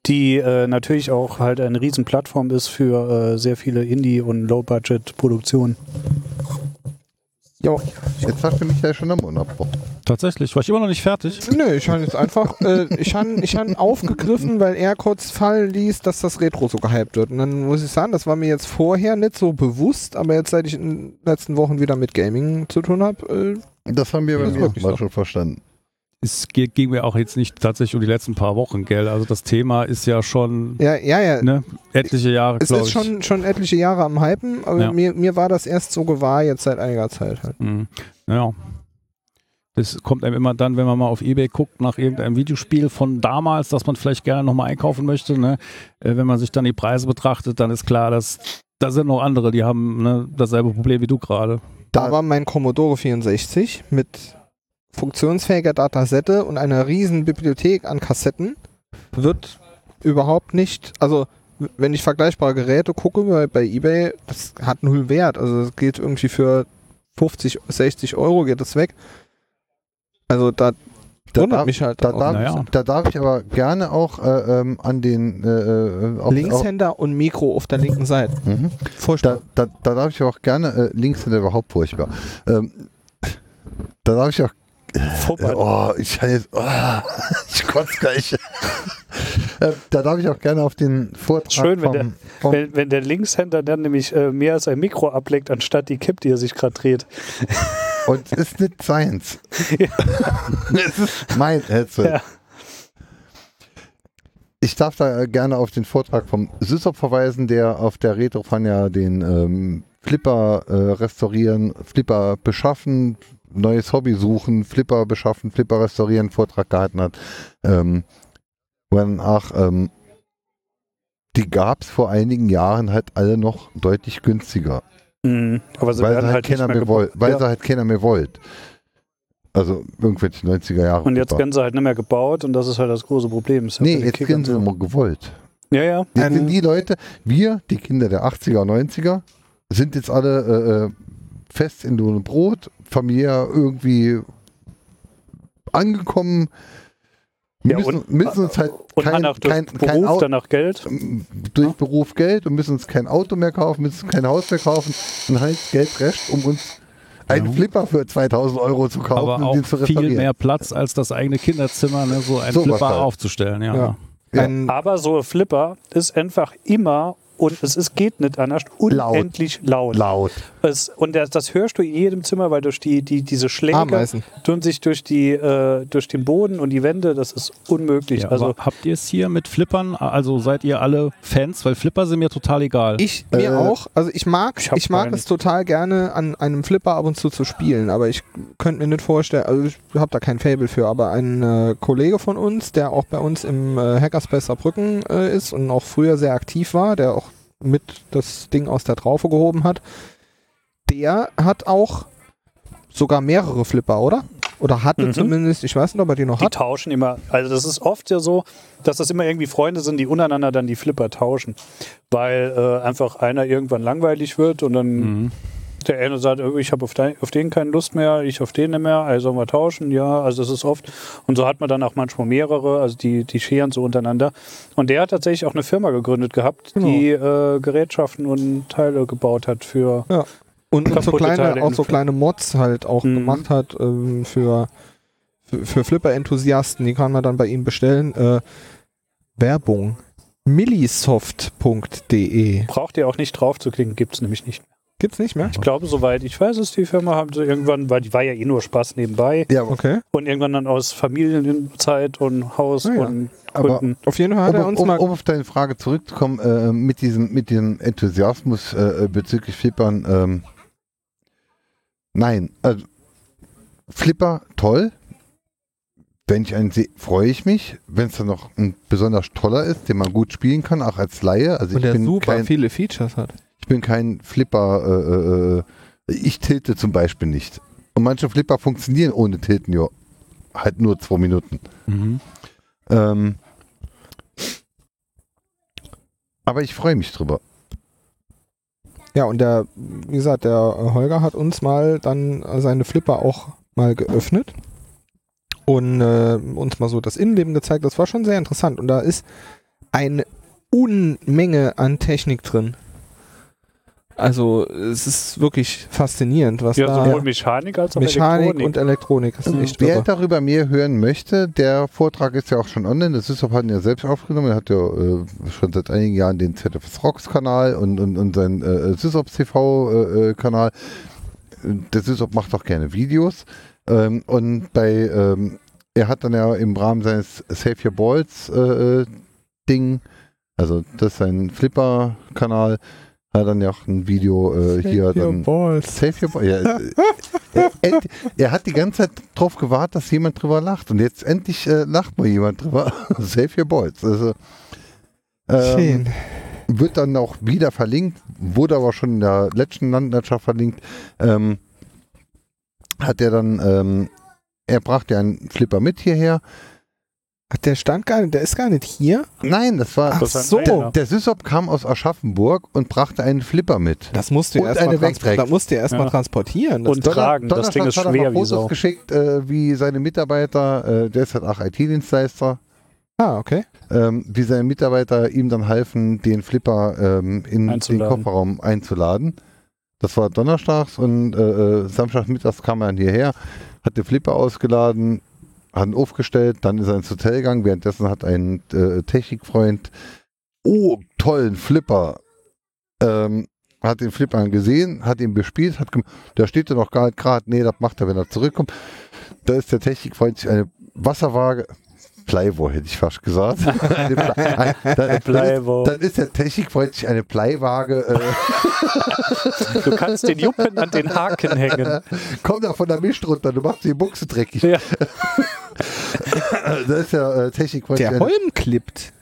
G: die äh, natürlich auch halt eine riesen Plattform ist für äh, sehr viele Indie- und Low-Budget-Produktionen.
F: Jo.
A: Jetzt hast du mich ja schon am Unabbruch.
I: Tatsächlich, war ich immer noch nicht fertig.
F: Nö, ich habe jetzt einfach, äh, ich habe ich hab aufgegriffen, weil er kurz fallen ließ, dass das Retro so gehypt wird. Und dann muss ich sagen, das war mir jetzt vorher nicht so bewusst, aber jetzt seit ich in den letzten Wochen wieder mit Gaming zu tun habe, äh,
A: Das haben wir
F: Ja,
A: beim
F: ist
A: ersten
F: wirklich
A: Mal
F: so.
A: schon verstanden.
I: Es geht, ging mir auch jetzt nicht tatsächlich um die letzten paar Wochen, gell? Also das Thema ist ja schon
F: ja, ja, ja.
I: ne, etliche Jahre,
F: Es
I: glaube
F: ist
I: ich.
F: schon, schon etliche Jahre am Hypen, aber
I: Ja.
F: mir, mir war das erst so gewahr, jetzt seit einiger Zeit halt.
I: Mhm. Ja. Das kommt einem immer dann, wenn man mal auf Ebay guckt, nach irgendeinem Videospiel von damals, das man vielleicht gerne nochmal einkaufen möchte. Ne? Äh, Wenn man sich dann die Preise betrachtet, dann ist klar, dass da sind noch andere, die haben ne, dasselbe Problem wie du gerade.
F: Da war mein Commodore 64 mit funktionsfähiger Datasette und einer riesen Bibliothek an Kassetten wird überhaupt nicht, also w- wenn ich vergleichbare Geräte gucke bei- bei eBay, das hat null Wert. Also das geht irgendwie für 50, 60 Euro geht das weg. Also da
A: Da
F: wundert
A: darf-
F: mich halt.
A: Da
F: auch.
A: darf,
I: Naja.
A: da darf ich aber gerne auch äh, ähm, an den äh, äh, auf, auf,
F: Linkshänder und Mikro auf der linken Seite.
A: Mhm.
F: Furchtbar.
A: da, da, da darf ich auch gerne, äh, links sind ja überhaupt furchtbar. Ähm, da darf ich auch,
G: Vorbei.
A: oh, ich kann jetzt, oh, ich kotze gleich. Äh, da darf ich auch gerne auf den Vortrag
G: Schön, wenn
A: vom,
G: der-
A: vom
G: Wenn, wenn der Linkshänder dann nämlich äh, mehr als ein Mikro ableckt, anstatt die Kipp, die er sich gerade dreht.
A: und es ist nicht seins.
G: Ja.
A: es ist mein Headset.
G: Ja.
A: Ich darf da äh, gerne auf den Vortrag vom Süßop verweisen, der auf der Retrofan ja den ähm, Flipper äh, restaurieren, Flipper beschaffen, neues Hobby suchen, Flipper beschaffen, Flipper restaurieren, Vortrag gehalten hat. Ähm, wo dann auch, ähm, die gab es vor einigen Jahren halt alle noch deutlich günstiger,
G: Mhm. Aber sie
A: weil, sie
G: werden
A: halt
G: halt nicht
A: keiner
G: mehr
A: mehr
G: gebaut.
A: wollt, weil
G: Ja.
A: sie halt keiner mehr wollt. Also irgendwelche 90er Jahre.
G: Und jetzt
A: Flipper.
G: werden sie halt nicht mehr gebaut und das ist halt das große Problem. Das hat
A: Nee,
G: ja die
A: jetzt
G: Kick
A: werden
G: und
A: sie
G: so.
A: immer gewollt.
G: Ja, ja.
A: Jetzt
F: Eine-
A: sind die Leute, wir, die Kinder der 80er, 90er, sind jetzt alle äh, äh, fest in Lohn und Brot, familiär irgendwie angekommen.
G: Ja,
A: müssen,
G: und-
A: müssen uns halt
G: Und
A: kein,
G: haben auch durch
A: kein,
G: Beruf
A: kein Au-
G: danach Geld.
A: durch Beruf Geld und müssen uns kein Auto mehr kaufen, müssen uns kein Haus mehr kaufen und halt Geld recht, um uns einen
I: Ja.
A: Flipper für 2000 Euro zu kaufen
I: Aber
A: und
I: auch
A: den zu
I: viel
A: reparieren.
I: mehr Platz als das eigene Kinderzimmer, ne, so einen
A: So was
I: Flipper
A: halt.
I: aufzustellen. Ja.
F: Ja.
A: Ja.
F: Ein,
G: Aber so ein Flipper ist einfach immer und es ist, geht nicht anders. Unendlich laut.
A: Laut.
G: Es, und das, das hörst du in jedem Zimmer, weil durch die, die, diese Schläge
F: Ameisen.
G: tun sich durch, die, äh, durch den Boden und die Wände. Das ist unmöglich.
I: Ja,
G: also
I: aber habt ihr es hier mit Flippern? Also seid ihr alle Fans? Weil Flipper sind mir total egal.
F: Ich, mir
A: Äh,
F: auch. Also ich mag,
G: ich
F: ich,
G: hab
F: mag
G: keine.
F: es total gerne, an einem Flipper ab und zu zu spielen, aber ich könnte mir nicht vorstellen, also ich habe da kein Fable für, aber ein äh, Kollege von uns, der auch bei uns im äh, Hackerspace Saarbrücken äh, ist und auch früher sehr aktiv war, der auch mit das Ding aus der Traufe gehoben hat, der hat auch sogar mehrere Flipper, oder? Oder hatte
G: Mhm.
F: zumindest, ich weiß nicht, ob er die noch
G: die
F: hat.
G: tauschen immer. Also das ist oft ja so, dass das immer irgendwie Freunde sind, die untereinander dann die Flipper tauschen. Weil äh, einfach einer irgendwann langweilig wird und dann
I: Mhm.
G: der eine sagt, oh, ich habe auf, dein- auf den keine Lust mehr, ich auf den nicht mehr, also sollen wir tauschen, ja, also das ist oft. Und so hat man dann auch manchmal mehrere, also die, die scheren so untereinander. Und der hat tatsächlich auch eine Firma gegründet gehabt, die äh, Gerätschaften und Teile gebaut hat für
F: Und so
G: kaputte Teile
F: kleine,
G: in
F: auch so
G: Flipper.
F: kleine Mods halt auch
G: Mhm.
F: gemacht hat ähm, für, für, für Flipper-Enthusiasten, die kann man dann bei ihm bestellen. Äh, Werbung. Millisoft.de.
G: braucht ihr auch nicht drauf zu klicken, gibt es nämlich nicht.
F: Gibt's nicht mehr?
G: Ich glaube, soweit ich weiß, ist die Firma haben sie irgendwann, weil die war ja eh nur Spaß nebenbei
A: Ja, um,
F: Okay.
G: und irgendwann dann aus Familienzeit und Haus
F: Ah ja.
G: und
A: aber
G: Kunden.
F: Auf jeden Fall hat er
A: um,
F: uns
A: um,
F: mal.
A: um auf deine Frage zurückzukommen, äh, mit, diesem, mit diesem Enthusiasmus äh, bezüglich Flippern, ähm, nein, also Flipper toll. Wenn ich einen sehe, freue ich mich. Wenn es dann noch ein besonders toller ist, den man gut spielen kann, auch als Laie. Also ich bin, kein,
F: viele Features hat.
A: ich bin kein Flipper. Äh, äh, ich tilte zum Beispiel nicht. Und manche Flipper funktionieren ohne Tilten, ja. Halt nur zwei Minuten.
I: Mhm.
A: Ähm, aber ich freue mich drüber.
F: Ja, und der, wie gesagt, der äh, Holger hat uns mal dann äh, seine Flipper auch mal geöffnet und äh, uns mal so das Innenleben gezeigt. Das war schon sehr interessant. Und da ist eine Unmenge an Technik drin. Also es ist wirklich faszinierend, was
G: Ja,
F: da
G: sowohl Mechanik als auch
F: Mechanik
G: Elektronik.
F: und Elektronik ist. Echt
A: Wer
F: irre.
A: darüber mehr hören möchte, der Vortrag ist ja auch schon online. Das ist hat ihn ja selbst aufgenommen. Er hat ja äh, schon seit einigen Jahren den ZFS Rocks Kanal und, und, und seinen äh, SysOps TV äh, äh, Kanal. Der SysOp macht auch gerne Videos. Ähm, und bei, ähm, er hat dann ja im Rahmen seines Save Your Balls äh, äh, Ding, also das ist sein Flipper Kanal, hat er dann ja auch ein Video äh, hier dann. Save your boy. Ja, äh, er, er, er hat die ganze Zeit drauf gewartet, dass jemand drüber lacht. Und jetzt endlich äh, lacht mal jemand drüber. Save your boys. Also, ähm,
F: Schön.
G: Ähm,
A: wird dann auch wieder verlinkt, wurde aber schon in der letzten Landwirtschaft verlinkt. Ähm, hat er dann, ähm, er brachte einen Flipper mit hierher.
F: Ach, der stand gar nicht, der ist gar nicht hier.
A: Nein, das war.
F: Ach
G: Das ist
F: so,
G: ein eigener.
A: Der Sysop kam aus Aschaffenburg und brachte einen Flipper mit.
F: das musst du
A: Und
F: ja erstmal
A: eine
F: transport
A: Wegträg.
F: das musst du ja erst mal
G: Ja.
F: transportieren. Das
G: Und tragen. Das Ding ist
A: hat er
G: schwer
A: noch
G: wie
A: Fotos
G: Sau.
A: geschickt, äh, wie seine Mitarbeiter, äh, der ist halt auch IT-Dienstleister,
F: ah, okay.
A: ähm, wie seine Mitarbeiter ihm dann halfen, den Flipper ähm, in den
G: Einzuladen.
A: Kofferraum einzuladen. Das war donnerstags und äh, äh, Samstagmittags kam er dann hierher, hat den Flipper ausgeladen, hat ihn aufgestellt, dann ist er ins Hotel gegangen. Währenddessen hat ein äh, Technikfreund, oh, tollen Flipper, ähm, hat den Flipper gesehen, hat ihn bespielt, hat gem- da steht er noch gar nicht gerade, nee, das macht er, wenn er zurückkommt. Da ist der Technikfreund sich eine Wasserwaage, Plywood hätte ich fast gesagt. Eine Pla- ein- dann, dann, ist,
G: Bleibo.
A: dann ist der Technikfreund sich eine Bleiwaage äh,
G: Du kannst den Juppen an den Haken hängen.
A: Komm da von der Mist runter, du machst die Buchse dreckig.
G: Ja.
A: da ist ja äh, Technikfreund.
F: Der
A: eine,
F: Holm klippt.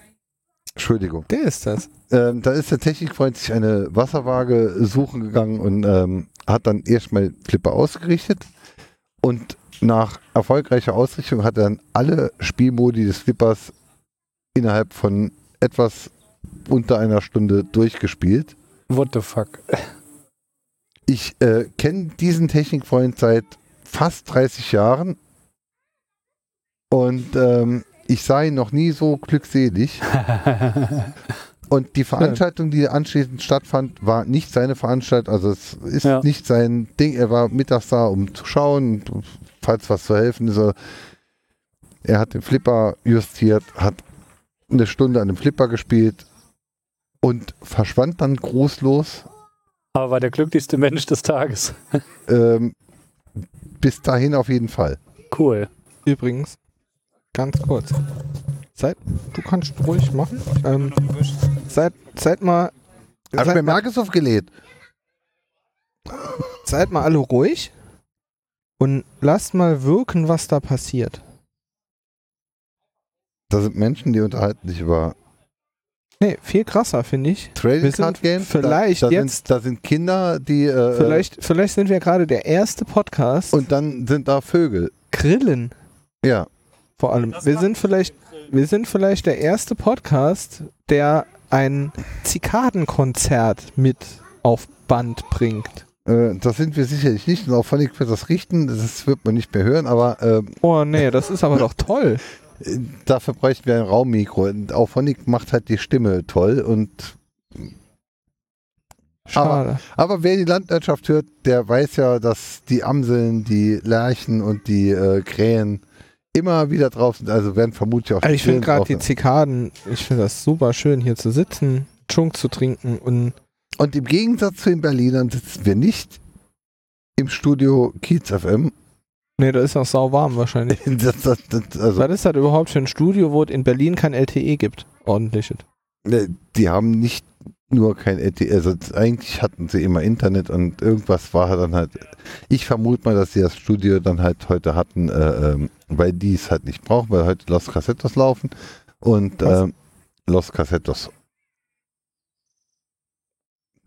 A: Entschuldigung.
F: Der ist das.
A: Ähm, da ist der Technikfreund sich eine Wasserwaage suchen gegangen und ähm, hat dann erstmal Flipper ausgerichtet. Und nach erfolgreicher Ausrichtung hat er dann alle Spielmodi des Flippers innerhalb von etwas unter einer Stunde durchgespielt.
G: What the fuck?
A: Ich äh, kenne diesen Technikfreund seit fast 30 Jahren und ähm, ich sah ihn noch nie so glückselig. Und die Veranstaltung, die anschließend stattfand, war nicht seine Veranstaltung, also es ist
G: Ja.
A: nicht sein Ding. Er war mittags da, um zu schauen, und falls was zu helfen ist. Er Er hat den Flipper justiert, hat eine Stunde an dem Flipper gespielt, und verschwand dann großlos.
G: Aber war der glücklichste Mensch des Tages.
A: Ähm, bis dahin auf jeden Fall.
G: Cool.
F: Übrigens, ganz kurz. Seit, du kannst ruhig machen. Ähm, seit, seit mal.
A: Hat mir
F: Seid mal,
A: Microsoft gelegt.
F: seid mal alle ruhig und lasst mal wirken, was da passiert.
A: Da sind Menschen, die unterhalten sich über
F: Nee, viel krasser, finde ich.
A: Trading
F: Wir sind
A: Card Games.
F: vielleicht
A: da, da
F: jetzt-
A: Sind, da sind Kinder, die. Äh,
F: Vielleicht, vielleicht sind wir gerade der erste Podcast.
A: Und dann sind da Vögel.
F: Grillen
A: Ja.
F: vor allem. Wir sind vielleicht, wir sind vielleicht der erste Podcast, der ein Zikadenkonzert mit auf Band bringt.
A: Äh, das sind wir sicherlich nicht. Und auch Phonic wird das richten. Das wird man nicht mehr hören. Aber äh,
F: Oh nee, das ist aber doch toll.
A: dafür bräuchten wir ein Raummikro. Und auch Phonic macht halt die Stimme toll. Und
F: Schade.
A: Aber wer die Landwirtschaft hört, der weiß ja, dass die Amseln, die Lerchen und die äh, Krähen immer wieder drauf sind. Also werden vermutlich auch
F: also ich finde
A: Grillen
F: gerade
A: drauf
F: die
A: sein.
F: Zikaden, ich finde das super schön, hier zu sitzen, Chunk zu trinken und
A: Und im Gegensatz zu den Berlinern sitzen wir nicht im Studio Kiez FM.
F: nee, da ist auch sau warm wahrscheinlich.
A: Das, das, das, also,
F: Was ist das überhaupt für ein Studio, wo es in Berlin kein LTE gibt? Ordentliches.
A: äh, die haben nicht nur kein LTE, also eigentlich hatten sie immer Internet und irgendwas war dann halt. Ich vermute mal, dass sie das Studio dann halt heute hatten, äh, ähm, weil die es halt nicht brauchen, weil heute Los Cassettos laufen und
F: Was?
A: ähm, Los Cassettos.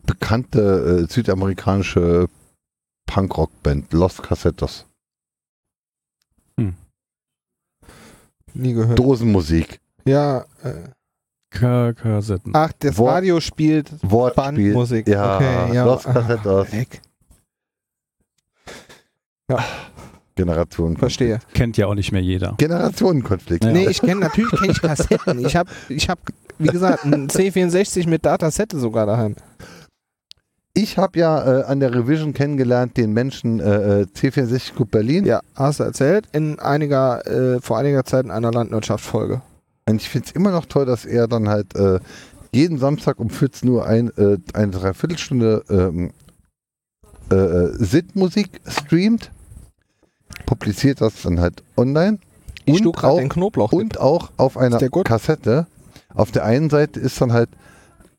A: Bekannte äh, südamerikanische Punkrock-Band, Los Cassettos.
F: Nie gehört.
A: Dosenmusik,
F: ja, äh,
I: Ka- Kassetten.
F: ach, das
A: Wo-
F: Radio spielt
A: Wortspiel.
F: Bandmusik.
A: Ja,
F: okay, ja.
A: Los Cassettos,
F: Heck,
A: Generationen.
F: verstehe.
I: Kennt ja auch nicht mehr jeder.
A: Generationenkonflikt.
I: Ja.
F: Nee, ich kenne natürlich kenn ich Kassetten. Ich habe, ich hab, wie gesagt, ein C64 mit Datasette sogar daheim.
A: Ich habe ja äh, an der Revision kennengelernt den Menschen äh, äh, C64 Club Berlin.
F: Ja, hast du erzählt, in einiger, äh, vor einiger Zeit in einer Landwirtschaftsfolge.
A: Und ich finde es immer noch toll, dass er dann halt äh, jeden Samstag um 14 Uhr ein, äh, eine Dreiviertelstunde ähm, äh, äh, SID-Musik streamt, publiziert das dann halt online
F: Ich
A: Und
F: schlug gerade
A: auch-
F: den Knoblauch.
A: und auch auf einer
F: Ist der gut?
A: Kassette. Auf der einen Seite ist dann halt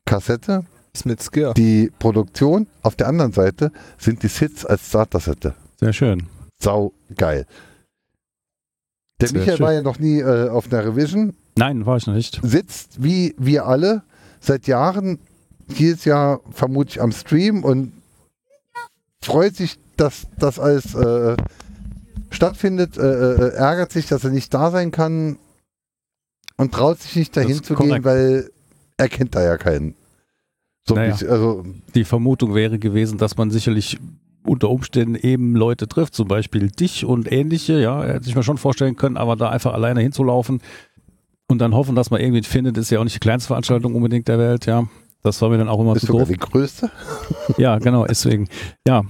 A: Kassette,
F: ist mit Skir.
A: die Produktion, auf der anderen Seite sind die Sits als Startassette.
I: Sehr schön.
A: sau geil. Der
I: Sehr
A: Michael
I: schön.
A: war ja noch nie äh, auf einer Revision,
I: Nein, war ich noch nicht.
A: sitzt wie wir alle seit Jahren jedes Jahr vermutlich am Stream und freut sich, dass das alles äh, stattfindet, äh, äh, ärgert sich, dass er nicht da sein kann und traut sich nicht
I: Das
A: dahin
I: ist
A: zu gehen,
I: korrekt.
A: weil er kennt da ja keinen. So
I: Naja.
A: ein bisschen, also
I: Die Vermutung wäre gewesen, dass man sicherlich unter Umständen eben Leute trifft, zum Beispiel dich und ähnliche, ja, hätte ich mir schon vorstellen können, aber da einfach alleine hinzulaufen und dann hoffen, dass man irgendwie findet, ist ja auch nicht die kleinste Veranstaltung unbedingt der Welt, ja. Das war mir dann auch immer
A: ist
I: zu
A: sogar
I: doof.
A: die größte.
I: Ja, genau, deswegen. Ja,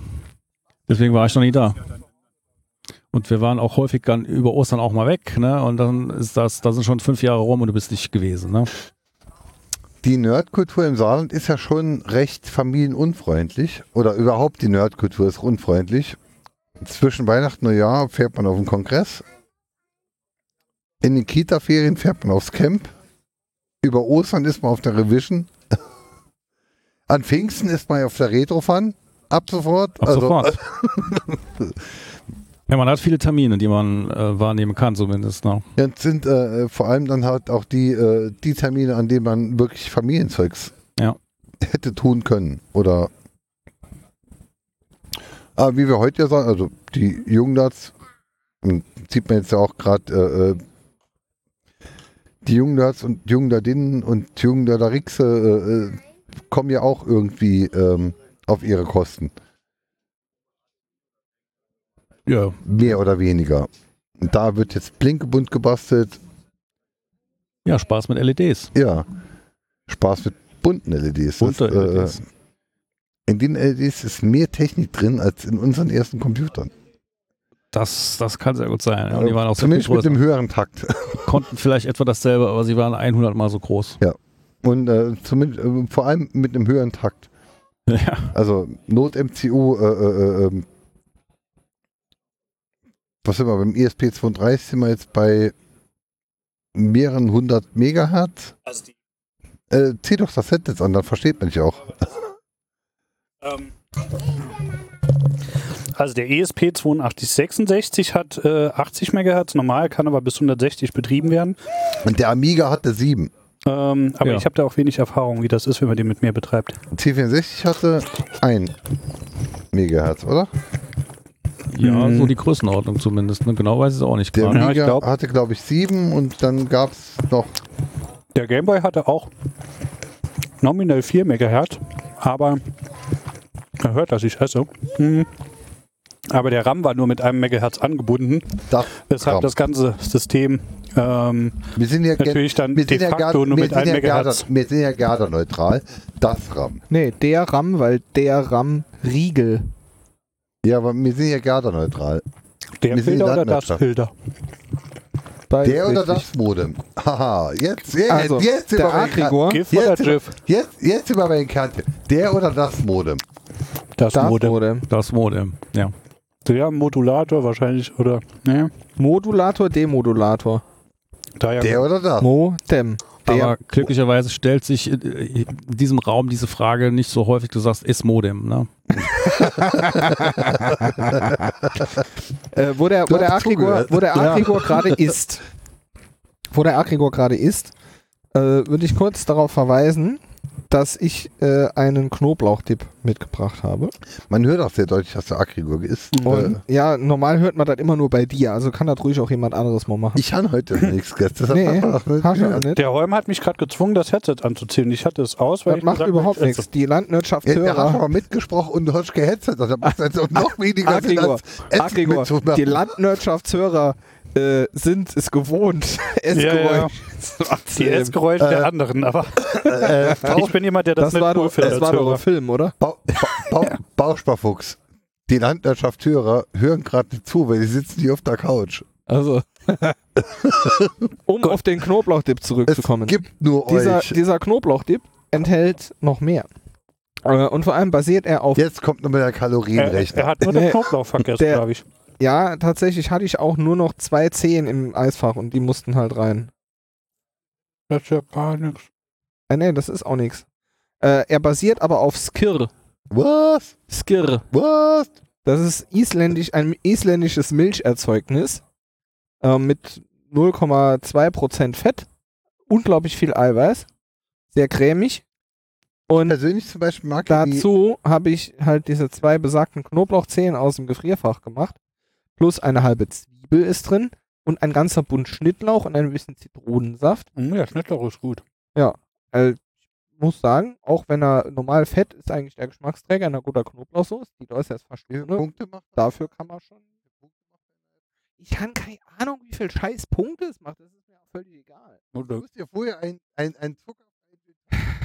I: deswegen war ich noch nie da. Und wir waren auch häufig dann über Ostern auch mal weg, ne? Und dann ist das, da sind schon fünf Jahre rum und du bist nicht gewesen, ne?
A: Die Nerdkultur im Saarland ist ja schon recht familienunfreundlich. Oder überhaupt die Nerdkultur ist unfreundlich. Zwischen Weihnachten und Neujahr fährt man auf den Kongress. In den Kita-Ferien fährt man aufs Camp. Über Ostern ist man auf der Revision. An Pfingsten ist man auf der Retrofan. Ab sofort.
I: Ab
A: Also,
I: sofort. äh, ja, man hat viele Termine, die man äh, wahrnehmen kann, zumindest. Ne?
A: Jetzt sind äh, vor allem dann halt auch die, äh, die Termine, an denen man wirklich Familienzeugs
I: Ja.
A: hätte tun können. Oder aber wie wir heute ja sagen, also die Jungnerds, und sieht man jetzt ja auch gerade äh, die Jungnerds und Jungnadinnen und Jungnerderixe äh, äh, kommen ja auch irgendwie ähm, auf ihre Kosten.
I: Ja.
A: Mehr oder weniger. Und da wird jetzt blinkebunt gebastelt,
I: ja, Spaß mit E LEDs.
A: Ja. Spaß mit bunten LEDs.
I: Bunte E
A: das, äh,
I: LEDs.
A: In den LEDs ist mehr Technik drin als in unseren ersten Computern.
I: Das, das kann sehr gut sein. Ja, und die waren auch sehr viel
A: äh, Zumindest mit
I: größer.
A: dem höheren Takt.
I: Konnten vielleicht etwa dasselbe, aber sie waren 100 Mal so groß.
A: und äh, zumindest, äh, vor allem mit einem höheren Takt.
I: Ja.
A: Also Not-MCU, äh, äh, äh, ähm, was sind wir, beim ESP32 sind wir jetzt bei mehreren hundert Megahertz.
G: Also die,
A: Äh, zieh doch das Headset an, dann versteht man dich auch.
G: ähm, also der ESP 8266 hat äh, 80 MHz normal, kann aber bis 160 betrieben werden.
A: Und der Amiga hatte 7.
G: Ähm, aber
I: Ja.
G: ich habe da auch wenig Erfahrung, wie das ist, wenn man den mit mehr betreibt.
A: C64 hatte 1 Megahertz, oder?
I: Ja,
G: Mhm.
I: so die Größenordnung zumindest. Ne? Genau weiß ich es auch nicht.
A: Der
I: gerade.
G: Ja, ich
A: Amiga
G: glaub.
A: hatte, glaube ich, 7 und dann gab es noch
G: Der Gameboy hatte auch nominell 4 MHz, aber er hört, dass ich esse. Hm. Aber der RAM war nur mit einem Megahertz angebunden,
A: das.
G: weshalb
A: RAM.
G: das ganze System ähm,
A: Wir sind ja gen-
G: natürlich dann
A: wir
G: de
A: sind ja
G: facto
A: gar-
G: nur
A: wir
G: mit
A: sind
G: 1
A: ja
G: Megahertz.
A: Garda- wir sind ja gardaneutral. Das RAM.
F: Nee, der RAM, weil der RAM-Riegel.
A: Ja, aber wir sind ja gardaneutral. wir
G: Der
A: sind
G: Filter
A: die
G: oder das
A: Datenwirtschaft.
G: Filter?
F: Beides
A: Der oder
F: richtig.
A: das Modem? Haha, jetzt, jetzt,
F: Also,
A: jetzt, sind wir
F: der
A: bei den Kern-
F: Agrigor,
G: GIF oder
A: jetzt, sind wir-
G: GIF?
A: jetzt, jetzt sind wir bei den Kernthemen. Der oder das Modem?
G: Das,
F: das
G: Modem.
F: Modem.
I: Das Modem. Ja.
G: Ja, Modulator wahrscheinlich, oder? Ne?
F: Modulator, Demodulator.
G: Daher
A: Der oder das?
F: Modem. Der.
I: Aber glücklicherweise stellt sich in- äh, in diesem Raum diese Frage nicht so häufig. Du sagst, ist Modem. Ne?
F: äh, wo der, wo
A: Du
F: der
A: hast
F: Agrigor,
A: zugehört.
F: wo der Agrigor gerade ist. Wo der Agrigor gerade ist, äh, würde ich kurz darauf verweisen, dass ich äh, einen Knoblauchdipp mitgebracht habe.
A: Man hört auch sehr deutlich, dass der Agrigurg ist.
F: Und
A: Äh,
F: ja, normal hört man das immer nur bei dir, also kann das ruhig auch jemand anderes mal machen.
A: ich habe heute nichts gehört. Deshalb
F: nee,
A: haben wir auch nicht
F: hast du auch
A: gehört.
F: nicht.
G: Der Holm hat mich gerade gezwungen, das Headset anzuziehen. Ich hatte es aus, weil
F: Das
G: ich
F: macht
G: gesagt
F: überhaupt
G: habe, ich
F: nichts. Die Landwirtschaft
A: Ja, der hat
F: Hörer.
A: aber mitgesprochen und du hast gehetzt. Das macht jetzt auch noch weniger Sinn
F: Agrigor,
A: als Essen
F: Agrigor,
A: mitzumachen.
F: die Landwirtschaftshörer äh, sind es gewohnt,
G: Ja, ja.
F: Essgeräusche
G: esse.
F: Äh,
G: Die Essgeräusche der anderen, aber
A: Äh, Bauch,
G: ich bin jemand, der das,
F: Das,
G: nicht
F: war
G: cool
F: doch,
G: findet.
F: das war
G: als
F: doch
G: Hörer.
F: ein Film, oder?
A: Bau, Bau, Bau, Bausparfuchs. Die Landwirtschaftshörer hören gerade nicht zu, weil sie sitzen hier auf der Couch.
F: Also. um auf den Knoblauchdip
A: Es
F: zurückzukommen.
A: gibt nur
F: Dieser,
A: euch.
F: dieser Knoblauchdip enthält noch mehr. Äh, Und vor allem basiert er auf.
A: Jetzt kommt nochmal der
G: er,
A: Kalorienrechner.
G: er hat nur
F: Nee.
G: den Knoblauch vergessen,
F: Der-
G: glaube ich.
F: Ja, tatsächlich hatte ich auch nur noch zwei Zehen im Eisfach und die mussten halt rein.
G: Das ist ja gar nichts.
F: Äh, nee, das ist auch nichts. Äh, er basiert aber auf Skir.
A: Was?
F: Skir.
A: Was?
F: Das ist isländisch, ein isländisches Milcherzeugnis äh, mit 0,2% Fett, unglaublich viel Eiweiß, sehr cremig. Und
A: Persönlich zum Beispiel mag ich die,
F: dazu habe ich halt diese zwei besagten Knoblauchzehen aus dem Gefrierfach gemacht. Plus eine halbe Zwiebel ist drin und ein ganzer Bund Schnittlauch und ein bisschen Zitronensaft.
G: Hm, Ja, Schnittlauch ist gut.
F: Also, ich muss sagen, auch wenn er normal fett ist, eigentlich der Geschmacksträger einer guter Knoblauchsoße. Die Leute erst
A: die
F: verschwunden.
A: Punkte machen.
F: Dafür kann man schon. Ich habe keine Ahnung, wie viel scheiß Punkte es macht. Das ist mir auch völlig egal.
A: Du musst dir vorher ein, ein, ein Zucker